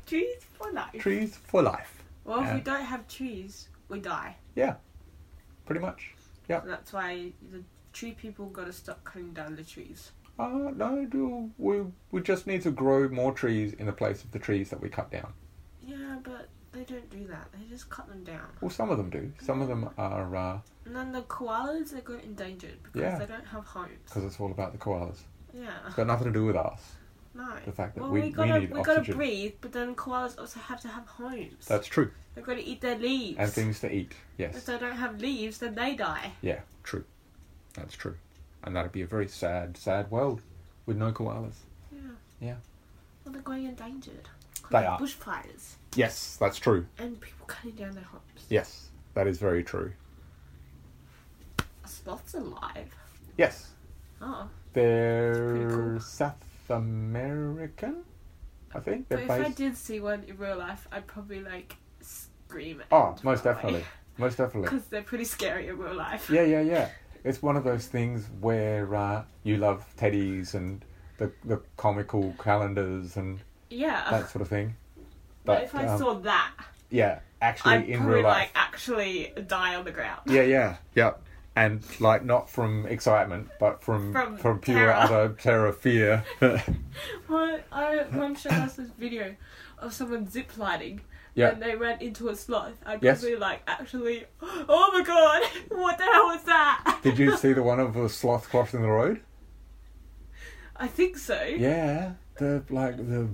[SPEAKER 4] Trees for life.
[SPEAKER 3] Trees for Life.
[SPEAKER 4] well, if
[SPEAKER 3] yeah.
[SPEAKER 4] we don't have trees, we die.
[SPEAKER 3] Yeah, pretty much.
[SPEAKER 4] And that's why the tree people gotta stop cutting down the trees.
[SPEAKER 3] Uh, no, do we we just need to grow more trees in the place of the trees that we cut down.
[SPEAKER 4] Yeah, but they don't do that. They just cut them down.
[SPEAKER 3] Well, some of them do. Some of them are uh,
[SPEAKER 4] And then the koalas, they got endangered because
[SPEAKER 3] Yeah.
[SPEAKER 4] they don't have homes.
[SPEAKER 3] because it's all about the koalas.
[SPEAKER 4] Yeah,
[SPEAKER 3] It's got nothing to do with us.
[SPEAKER 4] no.
[SPEAKER 3] The fact that
[SPEAKER 4] well,
[SPEAKER 3] we-
[SPEAKER 4] we,
[SPEAKER 3] we
[SPEAKER 4] gotta
[SPEAKER 3] need
[SPEAKER 4] we gotta
[SPEAKER 3] oxygen.
[SPEAKER 4] breathe, but then koalas also have to have homes.
[SPEAKER 3] That's true.
[SPEAKER 4] They've got to eat their leaves.
[SPEAKER 3] And things to eat.
[SPEAKER 4] If
[SPEAKER 3] Yes.
[SPEAKER 4] they don't have leaves, then they die.
[SPEAKER 3] Yeah. True. That's true. And that'd be a very sad, sad world with no koalas.
[SPEAKER 4] Yeah.
[SPEAKER 3] Yeah.
[SPEAKER 4] Well, they're going endangered. 'Cause
[SPEAKER 3] They
[SPEAKER 4] of
[SPEAKER 3] are.
[SPEAKER 4] Bushfires
[SPEAKER 3] Yes, that's true.
[SPEAKER 4] and people cutting down their homes.
[SPEAKER 3] Yes, that is very true.
[SPEAKER 4] A sloth's alive.
[SPEAKER 3] Yes,
[SPEAKER 4] Oh.
[SPEAKER 3] they're
[SPEAKER 4] Pretty cool.
[SPEAKER 3] South American. I think
[SPEAKER 4] But
[SPEAKER 3] they're
[SPEAKER 4] if I
[SPEAKER 3] based.
[SPEAKER 4] did see one in real life, I'd probably like scream at
[SPEAKER 3] Oh, most definitely. Most definitely.
[SPEAKER 4] Because they're pretty scary in real life.
[SPEAKER 3] Yeah, yeah, yeah. It's one of those things where uh, you love teddies and the the comical calendars and
[SPEAKER 4] Yeah.
[SPEAKER 3] that sort of thing.
[SPEAKER 4] but, if I
[SPEAKER 3] um,
[SPEAKER 4] saw that,
[SPEAKER 3] yeah, actually
[SPEAKER 4] I'd
[SPEAKER 3] in
[SPEAKER 4] probably
[SPEAKER 3] real
[SPEAKER 4] like ah.
[SPEAKER 3] life,
[SPEAKER 4] actually die on the ground.
[SPEAKER 3] yeah, yeah, yeah, and like not from excitement, but from
[SPEAKER 4] From
[SPEAKER 3] from, pure
[SPEAKER 4] terror.
[SPEAKER 3] utter terror, fear.
[SPEAKER 4] Well, I mum showed us this video of someone zip lining.
[SPEAKER 3] Yeah.
[SPEAKER 4] And they ran into a sloth. I'd
[SPEAKER 3] Yes.
[SPEAKER 4] probably like actually, oh my god, what the hell was that?
[SPEAKER 3] Did you see the one of the sloth crossing the road?
[SPEAKER 4] I think so.
[SPEAKER 3] Yeah, the like the.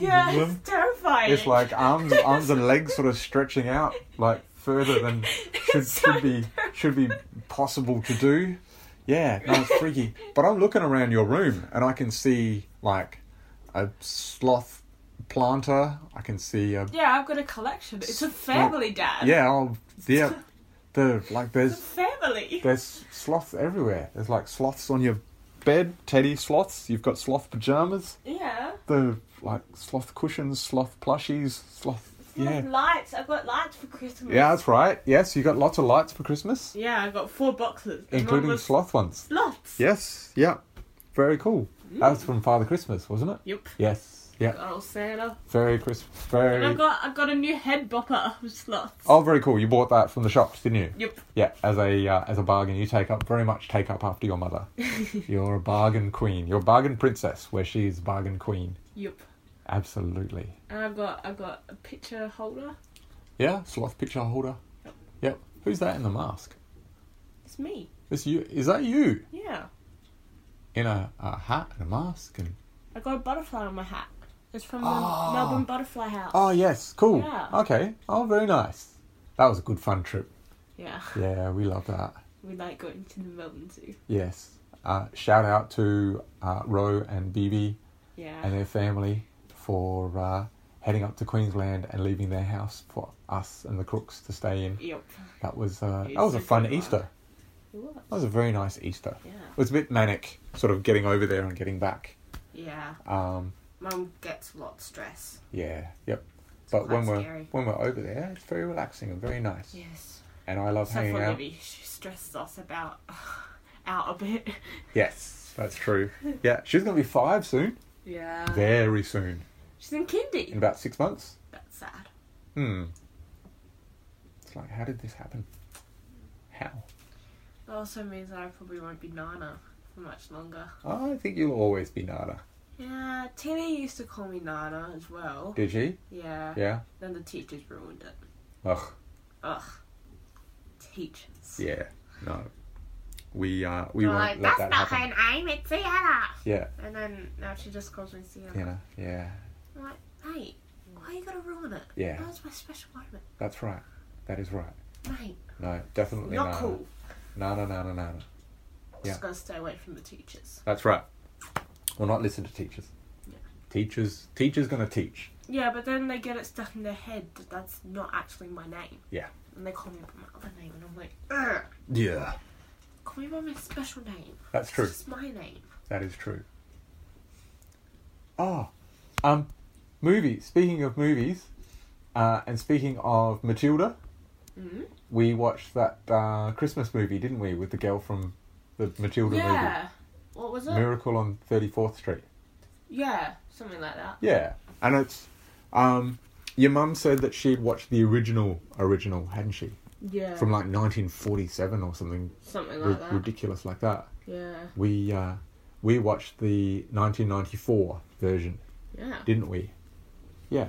[SPEAKER 4] Yeah, it's terrifying.
[SPEAKER 3] It's like arms, arms and legs sort of stretching out like further than should,
[SPEAKER 4] So
[SPEAKER 3] should be should be possible to do. Yeah, no, it's freaky. But I'm looking around your room and I can see like a sloth planter. I can see a
[SPEAKER 4] Yeah, I've got a collection. It's a family, Dad.
[SPEAKER 3] yeah, oh, yeah, the like
[SPEAKER 4] It's a
[SPEAKER 3] there's
[SPEAKER 4] family.
[SPEAKER 3] there's sloths everywhere. There's like sloths on your bed, teddy sloths. You've got sloth pajamas,
[SPEAKER 4] Yeah.
[SPEAKER 3] the like sloth cushions, sloth plushies, sloth.
[SPEAKER 4] Like
[SPEAKER 3] Yeah,
[SPEAKER 4] Lights. I've got lights for Christmas.
[SPEAKER 3] yeah, that's right. Yes, you got lots of lights for Christmas,
[SPEAKER 4] Yeah, I've got four boxes. and one
[SPEAKER 3] including
[SPEAKER 4] was
[SPEAKER 3] sloth ones.
[SPEAKER 4] slots.
[SPEAKER 3] Yes, yeah, very cool.
[SPEAKER 4] Mm.
[SPEAKER 3] That was from Father Christmas, wasn't it?
[SPEAKER 4] Yep.
[SPEAKER 3] Yes, yeah.
[SPEAKER 4] Got old Santa.
[SPEAKER 3] Very crisp.
[SPEAKER 4] And
[SPEAKER 3] Very.
[SPEAKER 4] I've got I've got a new head bopper with slots.
[SPEAKER 3] Oh, very cool. You bought that from the shops, didn't you?
[SPEAKER 4] Yep.
[SPEAKER 3] Yeah, as a uh, as a bargain, you take up very much take up after your mother. You're a bargain queen. You're a bargain princess, where she's bargain queen.
[SPEAKER 4] Yep.
[SPEAKER 3] Absolutely.
[SPEAKER 4] And I've got I've got a picture holder.
[SPEAKER 3] Yeah, sloth picture holder. Yep. Who's that in the mask?
[SPEAKER 4] It's me.
[SPEAKER 3] Is you? Is that you
[SPEAKER 4] Yeah.
[SPEAKER 3] in a, a hat and a mask? And
[SPEAKER 4] I got a butterfly on my hat. It's from
[SPEAKER 3] Ah.
[SPEAKER 4] the Melbourne Butterfly House.
[SPEAKER 3] oh yes, cool.
[SPEAKER 4] Yeah.
[SPEAKER 3] Okay. Oh, very nice. That was a good fun trip.
[SPEAKER 4] Yeah.
[SPEAKER 3] Yeah, we love that.
[SPEAKER 4] We like going to the Melbourne Zoo.
[SPEAKER 3] Yes. Uh, shout out to uh, Ro and BB
[SPEAKER 4] Yeah.
[SPEAKER 3] and their family for uh, heading up to Queensland and leaving their house for us and the Crooks to stay in.
[SPEAKER 4] Yep.
[SPEAKER 3] That was uh,
[SPEAKER 4] It's
[SPEAKER 3] that was
[SPEAKER 4] a
[SPEAKER 3] a fun
[SPEAKER 4] good one.
[SPEAKER 3] Easter.
[SPEAKER 4] It was.
[SPEAKER 3] That was a very nice Easter.
[SPEAKER 4] Yeah.
[SPEAKER 3] It was a bit manic, sort of getting over there and getting back.
[SPEAKER 4] Yeah.
[SPEAKER 3] Um,
[SPEAKER 4] Mum gets a lot of stress.
[SPEAKER 3] yeah, yep. But
[SPEAKER 4] quite
[SPEAKER 3] when we're
[SPEAKER 4] scary.
[SPEAKER 3] when we're over there, it's very relaxing and very nice.
[SPEAKER 4] Yes.
[SPEAKER 3] And I love
[SPEAKER 4] So
[SPEAKER 3] hanging
[SPEAKER 4] for
[SPEAKER 3] out.
[SPEAKER 4] Libby, she stresses us about out a bit.
[SPEAKER 3] Yes, that's true. yeah, she's gonna be five soon.
[SPEAKER 4] Yeah.
[SPEAKER 3] Very soon,
[SPEAKER 4] She's in kindy.
[SPEAKER 3] in about six months.
[SPEAKER 4] That's sad.
[SPEAKER 3] Hmm. It's like, how did this happen? How?
[SPEAKER 4] That also means I probably won't be Nana for much longer.
[SPEAKER 3] I think you'll always be Nada.
[SPEAKER 4] Yeah, Tina used to call me Nana as well.
[SPEAKER 3] Did she?
[SPEAKER 4] Yeah.
[SPEAKER 3] Yeah.
[SPEAKER 4] Then the teachers ruined it.
[SPEAKER 3] Ugh.
[SPEAKER 4] Ugh. Teachers.
[SPEAKER 3] Yeah. No. We uh we
[SPEAKER 4] They're
[SPEAKER 3] won't
[SPEAKER 4] like,
[SPEAKER 3] let
[SPEAKER 4] that's
[SPEAKER 3] that
[SPEAKER 4] not
[SPEAKER 3] happen.
[SPEAKER 4] her name, it's Sienna.
[SPEAKER 3] Yeah.
[SPEAKER 4] And then now she just calls me Sienna.
[SPEAKER 3] Yeah. Yeah.
[SPEAKER 4] I'm like, mate, why you gotta ruin it?
[SPEAKER 3] Yeah.
[SPEAKER 4] That was my special moment.
[SPEAKER 3] That's right. That is right.
[SPEAKER 4] Mate,
[SPEAKER 3] No, definitely
[SPEAKER 4] not
[SPEAKER 3] Nana.
[SPEAKER 4] cool.
[SPEAKER 3] Nana, Nana, Nana. Yeah.
[SPEAKER 4] Just gotta stay away from the teachers.
[SPEAKER 3] That's right. We'll not listen to teachers.
[SPEAKER 4] Yeah.
[SPEAKER 3] Teachers, teachers gonna teach.
[SPEAKER 4] Yeah, but then they get it stuck in their head that that's not actually my name.
[SPEAKER 3] Yeah.
[SPEAKER 4] And they call me by my other name, and I'm like, ugh.
[SPEAKER 3] Yeah.
[SPEAKER 4] Call me by my special name.
[SPEAKER 3] That's true.
[SPEAKER 4] It's just my name.
[SPEAKER 3] That is true. Ah, um, movies. Speaking of movies, uh, and speaking of Matilda,
[SPEAKER 4] Mhm.
[SPEAKER 3] we watched that uh, Christmas movie, didn't we, with the girl from the Matilda
[SPEAKER 4] Yeah. What was it?
[SPEAKER 3] movie, Miracle on Thirty Fourth Street.
[SPEAKER 4] yeah, something like that.
[SPEAKER 3] Yeah, and it's um, your mum said that she'd watched the original original, hadn't she,
[SPEAKER 4] Yeah.
[SPEAKER 3] from like nineteen forty seven or something
[SPEAKER 4] something
[SPEAKER 3] ri-
[SPEAKER 4] like that.
[SPEAKER 3] ridiculous like that.
[SPEAKER 4] yeah.
[SPEAKER 3] We uh, we watched the nineteen ninety four version.
[SPEAKER 4] Yeah.
[SPEAKER 3] didn't we? Yeah,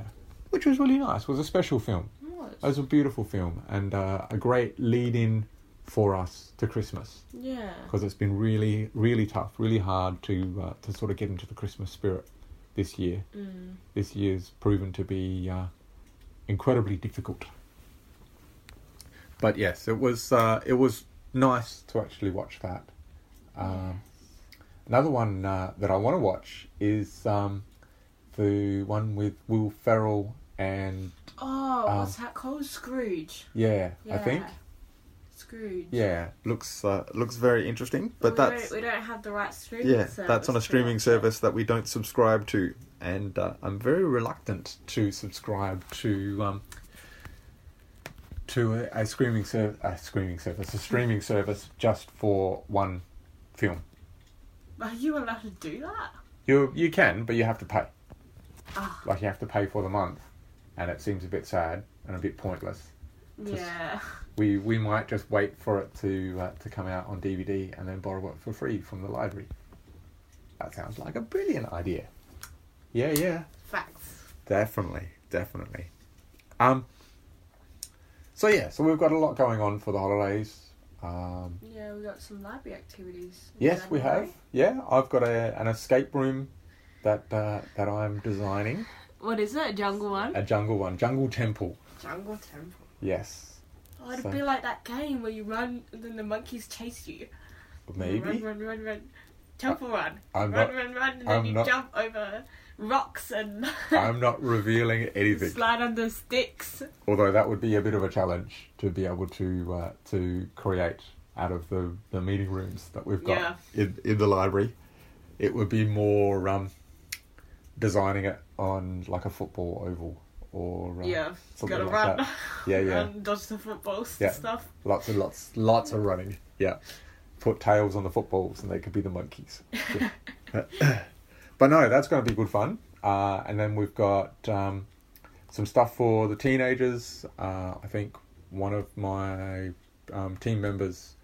[SPEAKER 3] which was really nice. It was a special film.
[SPEAKER 4] It was.
[SPEAKER 3] It was a beautiful film and uh, a great lead-in for us to Christmas
[SPEAKER 4] Yeah.
[SPEAKER 3] because it's been really, really tough, really hard to uh, to sort of get into the Christmas spirit this year.
[SPEAKER 4] Mm.
[SPEAKER 3] This year's proven to be uh, incredibly difficult. But yes, it was uh, it was nice to actually watch that. Um, Another one uh, that I want to watch is um, the one with Will Ferrell and
[SPEAKER 4] Oh,
[SPEAKER 3] Um,
[SPEAKER 4] what's that called? Scrooge.
[SPEAKER 3] yeah, I
[SPEAKER 4] Yeah.
[SPEAKER 3] think
[SPEAKER 4] Scrooge.
[SPEAKER 3] yeah looks uh, looks very interesting.
[SPEAKER 4] But we don't, we don't have the right streaming.
[SPEAKER 3] yeah,
[SPEAKER 4] service
[SPEAKER 3] that's on a
[SPEAKER 4] to
[SPEAKER 3] streaming
[SPEAKER 4] watch it.
[SPEAKER 3] service that we don't subscribe to, and uh, I'm very reluctant to subscribe to um, to a, a streaming service, a streaming service, a streaming service just for one film.
[SPEAKER 4] Are you allowed to do that?
[SPEAKER 3] You you can, but you have to pay.
[SPEAKER 4] Ah.
[SPEAKER 3] Like you have to pay for the month, and it seems a bit sad and a bit pointless. Just-
[SPEAKER 4] Yeah.
[SPEAKER 3] We we might just wait for it to uh, to come out on DVD and then borrow it for free from the library. That sounds like a brilliant idea. Yeah, yeah,
[SPEAKER 4] Facts.
[SPEAKER 3] definitely, definitely. Um. So yeah, so we've got a lot going on for the holidays. Um,
[SPEAKER 4] Yeah, we got some library activities. in
[SPEAKER 3] yes, we
[SPEAKER 4] January.
[SPEAKER 3] have. Yeah, I've got a, an escape room that uh, that I'm designing.
[SPEAKER 4] What is it? Jungle one?
[SPEAKER 3] A jungle one, jungle temple.
[SPEAKER 4] Jungle temple.
[SPEAKER 3] Yes.
[SPEAKER 4] Oh, it'd
[SPEAKER 3] So-
[SPEAKER 4] be like that game where you run and then the monkeys chase you.
[SPEAKER 5] Run,
[SPEAKER 3] Maybe.
[SPEAKER 5] run, run, run. Jump or run. run,
[SPEAKER 3] I'm not-
[SPEAKER 5] run, run, and then
[SPEAKER 3] I'm
[SPEAKER 5] you
[SPEAKER 3] not-
[SPEAKER 5] jump over rocks and
[SPEAKER 3] I'm not revealing anything.
[SPEAKER 5] slide under sticks.
[SPEAKER 3] Although that would be a bit of a challenge to be able to uh, to create out of the, the meeting rooms that we've got
[SPEAKER 5] Yeah.
[SPEAKER 3] in, in the library. It would be more um, designing it on like a football oval or uh,
[SPEAKER 5] Yeah,
[SPEAKER 3] something
[SPEAKER 5] gotta
[SPEAKER 3] like
[SPEAKER 5] run.
[SPEAKER 3] that. Yeah, yeah.
[SPEAKER 5] Run, dodge the footballs
[SPEAKER 3] Yeah.
[SPEAKER 5] and stuff.
[SPEAKER 3] Lots and lots, lots of running. Yeah, put tails on the footballs, and they could be the monkeys. Yeah. but no, that's going to be good fun. Uh, and then we've got um, some stuff for the teenagers. Uh, I think one of my um, team members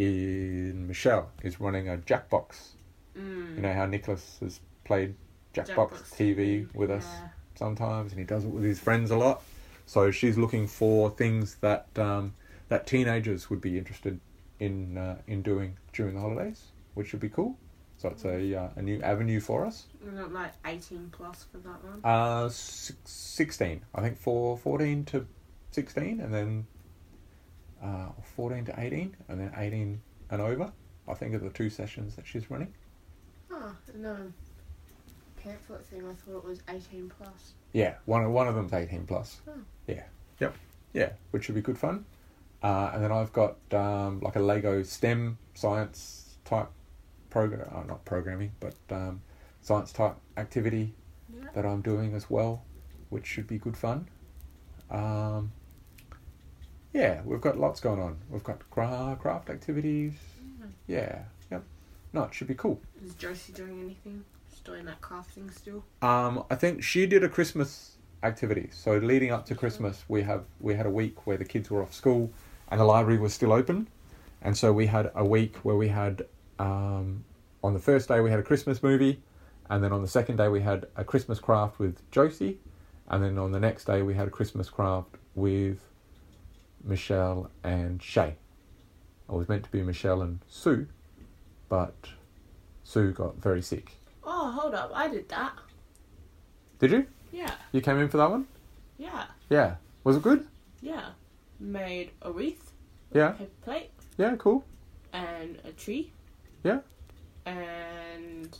[SPEAKER 3] in Michelle is running a Jackbox. You know how Nicholas has played Jackbox,
[SPEAKER 5] Mm. Jackbox
[SPEAKER 3] TV with us
[SPEAKER 5] yeah.
[SPEAKER 3] sometimes, and he does it with his friends a lot. So she's looking for things that um, that teenagers would be interested in uh, in doing during the holidays, which would be cool. So it's a
[SPEAKER 5] Mm.
[SPEAKER 3] uh, a new avenue for us.
[SPEAKER 5] We got like 18 plus for that one.
[SPEAKER 3] Uh, six, sixteen, I think, for fourteen to sixteen, and then uh, fourteen to eighteen, and then eighteen and over. I think are the two sessions that she's running.
[SPEAKER 5] Oh, no. Pamphlet thing, I thought it was 18 plus.
[SPEAKER 3] Yeah, one of- one of them's eighteen plus.
[SPEAKER 5] Oh.
[SPEAKER 3] Yeah. Yep. Yeah, which should be good fun. Uh, and then I've got um, like a Lego STEM science type program, uh, not programming, but um, science type activity
[SPEAKER 5] Yeah.
[SPEAKER 3] that I'm doing as well, which should be good fun. Um, yeah, we've got lots going on. We've got cra- craft activities.
[SPEAKER 5] Mm-hmm.
[SPEAKER 3] Yeah. Yep. No, it should be cool.
[SPEAKER 5] Is Josie doing anything? She's doing that crafting still.
[SPEAKER 3] Um, I think she did a Christmas activity. So leading up to Christmas, we have we had a week where the kids were off school, and the library was still open, and so we had a week where we had um, on the first day we had a Christmas movie, and then on the second day we had a Christmas craft with Josie, and then on the next day we had a Christmas craft with Michelle and Shay. It was meant to be Michelle and Sue, but Sue got very sick.
[SPEAKER 5] Oh, hold up. I did that.
[SPEAKER 3] Did you?
[SPEAKER 5] Yeah,
[SPEAKER 3] You came in for that one?
[SPEAKER 5] yeah,
[SPEAKER 3] Yeah. Was it good?
[SPEAKER 5] yeah. Made a wreath,
[SPEAKER 3] Yeah.
[SPEAKER 5] paper plate,
[SPEAKER 3] Yeah, cool.
[SPEAKER 5] and a tree.
[SPEAKER 3] Yeah.
[SPEAKER 5] And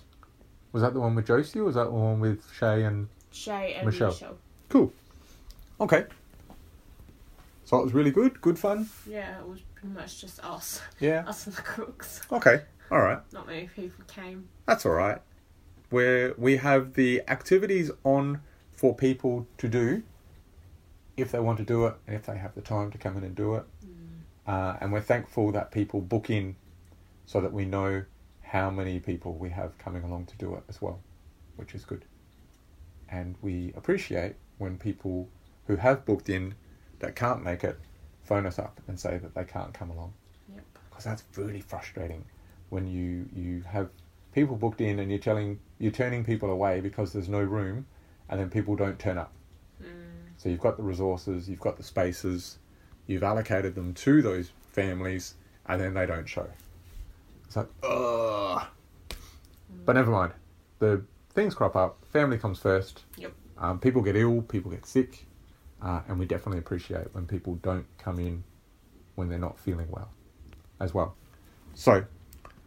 [SPEAKER 3] Was that the one with Josie or was that the one with Shay and
[SPEAKER 5] Shay and
[SPEAKER 3] Michelle.
[SPEAKER 5] Michelle.
[SPEAKER 3] Cool. Okay. So it was really good, good fun.
[SPEAKER 5] Yeah, it was pretty much just us.
[SPEAKER 3] Yeah.
[SPEAKER 5] Us and the crooks.
[SPEAKER 3] Okay. All right.
[SPEAKER 5] Not many people came.
[SPEAKER 3] That's all right. Where we have the activities on for people to do if they want to do it and if they have the time to come in and do it. Uh, and we're thankful that people book in so that we know how many people we have coming along to do it as well, which is good. And we appreciate when people who have booked in that can't make it phone us up and say that they can't come along
[SPEAKER 5] Yep.
[SPEAKER 3] because that's really frustrating when you you have people booked in and you're telling you're turning people away because there's no room and then people don't turn up so you've got the resources you've got the spaces you've allocated them to those families and then they don't show it's like ugh but never mind the things crop up family comes first
[SPEAKER 5] Yep.
[SPEAKER 3] um, people get ill people get sick uh, and we definitely appreciate when people don't come in when they're not feeling well as well. So,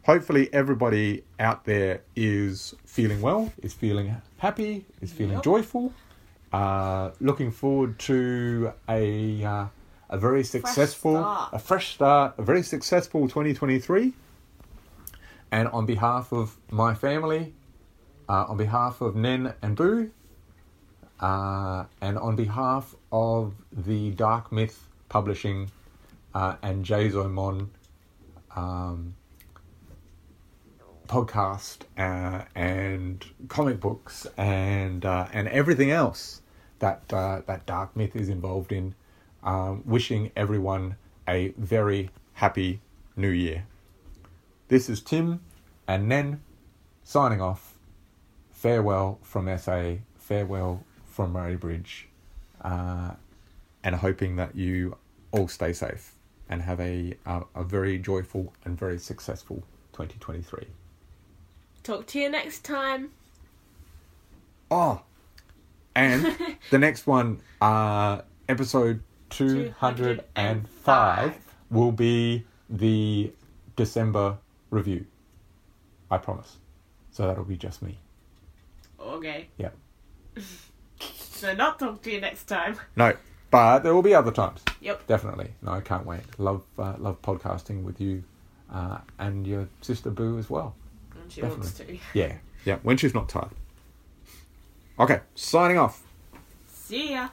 [SPEAKER 3] hopefully, everybody out there is feeling well, is feeling happy, is feeling
[SPEAKER 5] Yep.
[SPEAKER 3] joyful. Uh, looking forward to a uh, a very successful,
[SPEAKER 5] start.
[SPEAKER 3] a fresh start, a very successful 2023. And on behalf of my family, uh, on behalf of Nen and Boo, uh, and on behalf of the Dark Myth Publishing uh, and Jazomon um, podcast uh, and comic books and uh, and everything else that uh, that Dark Myth is involved in. Um, wishing everyone a very happy New Year. This is Tim and Nen signing off. Farewell from SA. Farewell from Murray Bridge. Uh, and hoping that you all stay safe and have a, a, a very joyful and very successful 2023.
[SPEAKER 5] Talk to you next time.
[SPEAKER 3] Oh, and the next one, uh, episode 205,
[SPEAKER 5] 205,
[SPEAKER 3] will be the December review. I promise. So that'll be just me.
[SPEAKER 4] Okay.
[SPEAKER 3] Yep.
[SPEAKER 4] so not talk to you next time.
[SPEAKER 3] No, but there will be other times.
[SPEAKER 4] Yep.
[SPEAKER 3] Definitely. No, I can't wait. Love, uh, love podcasting with you, uh, and your sister Boo as well.
[SPEAKER 4] And she wants to.
[SPEAKER 3] Definitely. Yeah. Yeah. When she's not tired. Okay. Signing off.
[SPEAKER 4] See ya.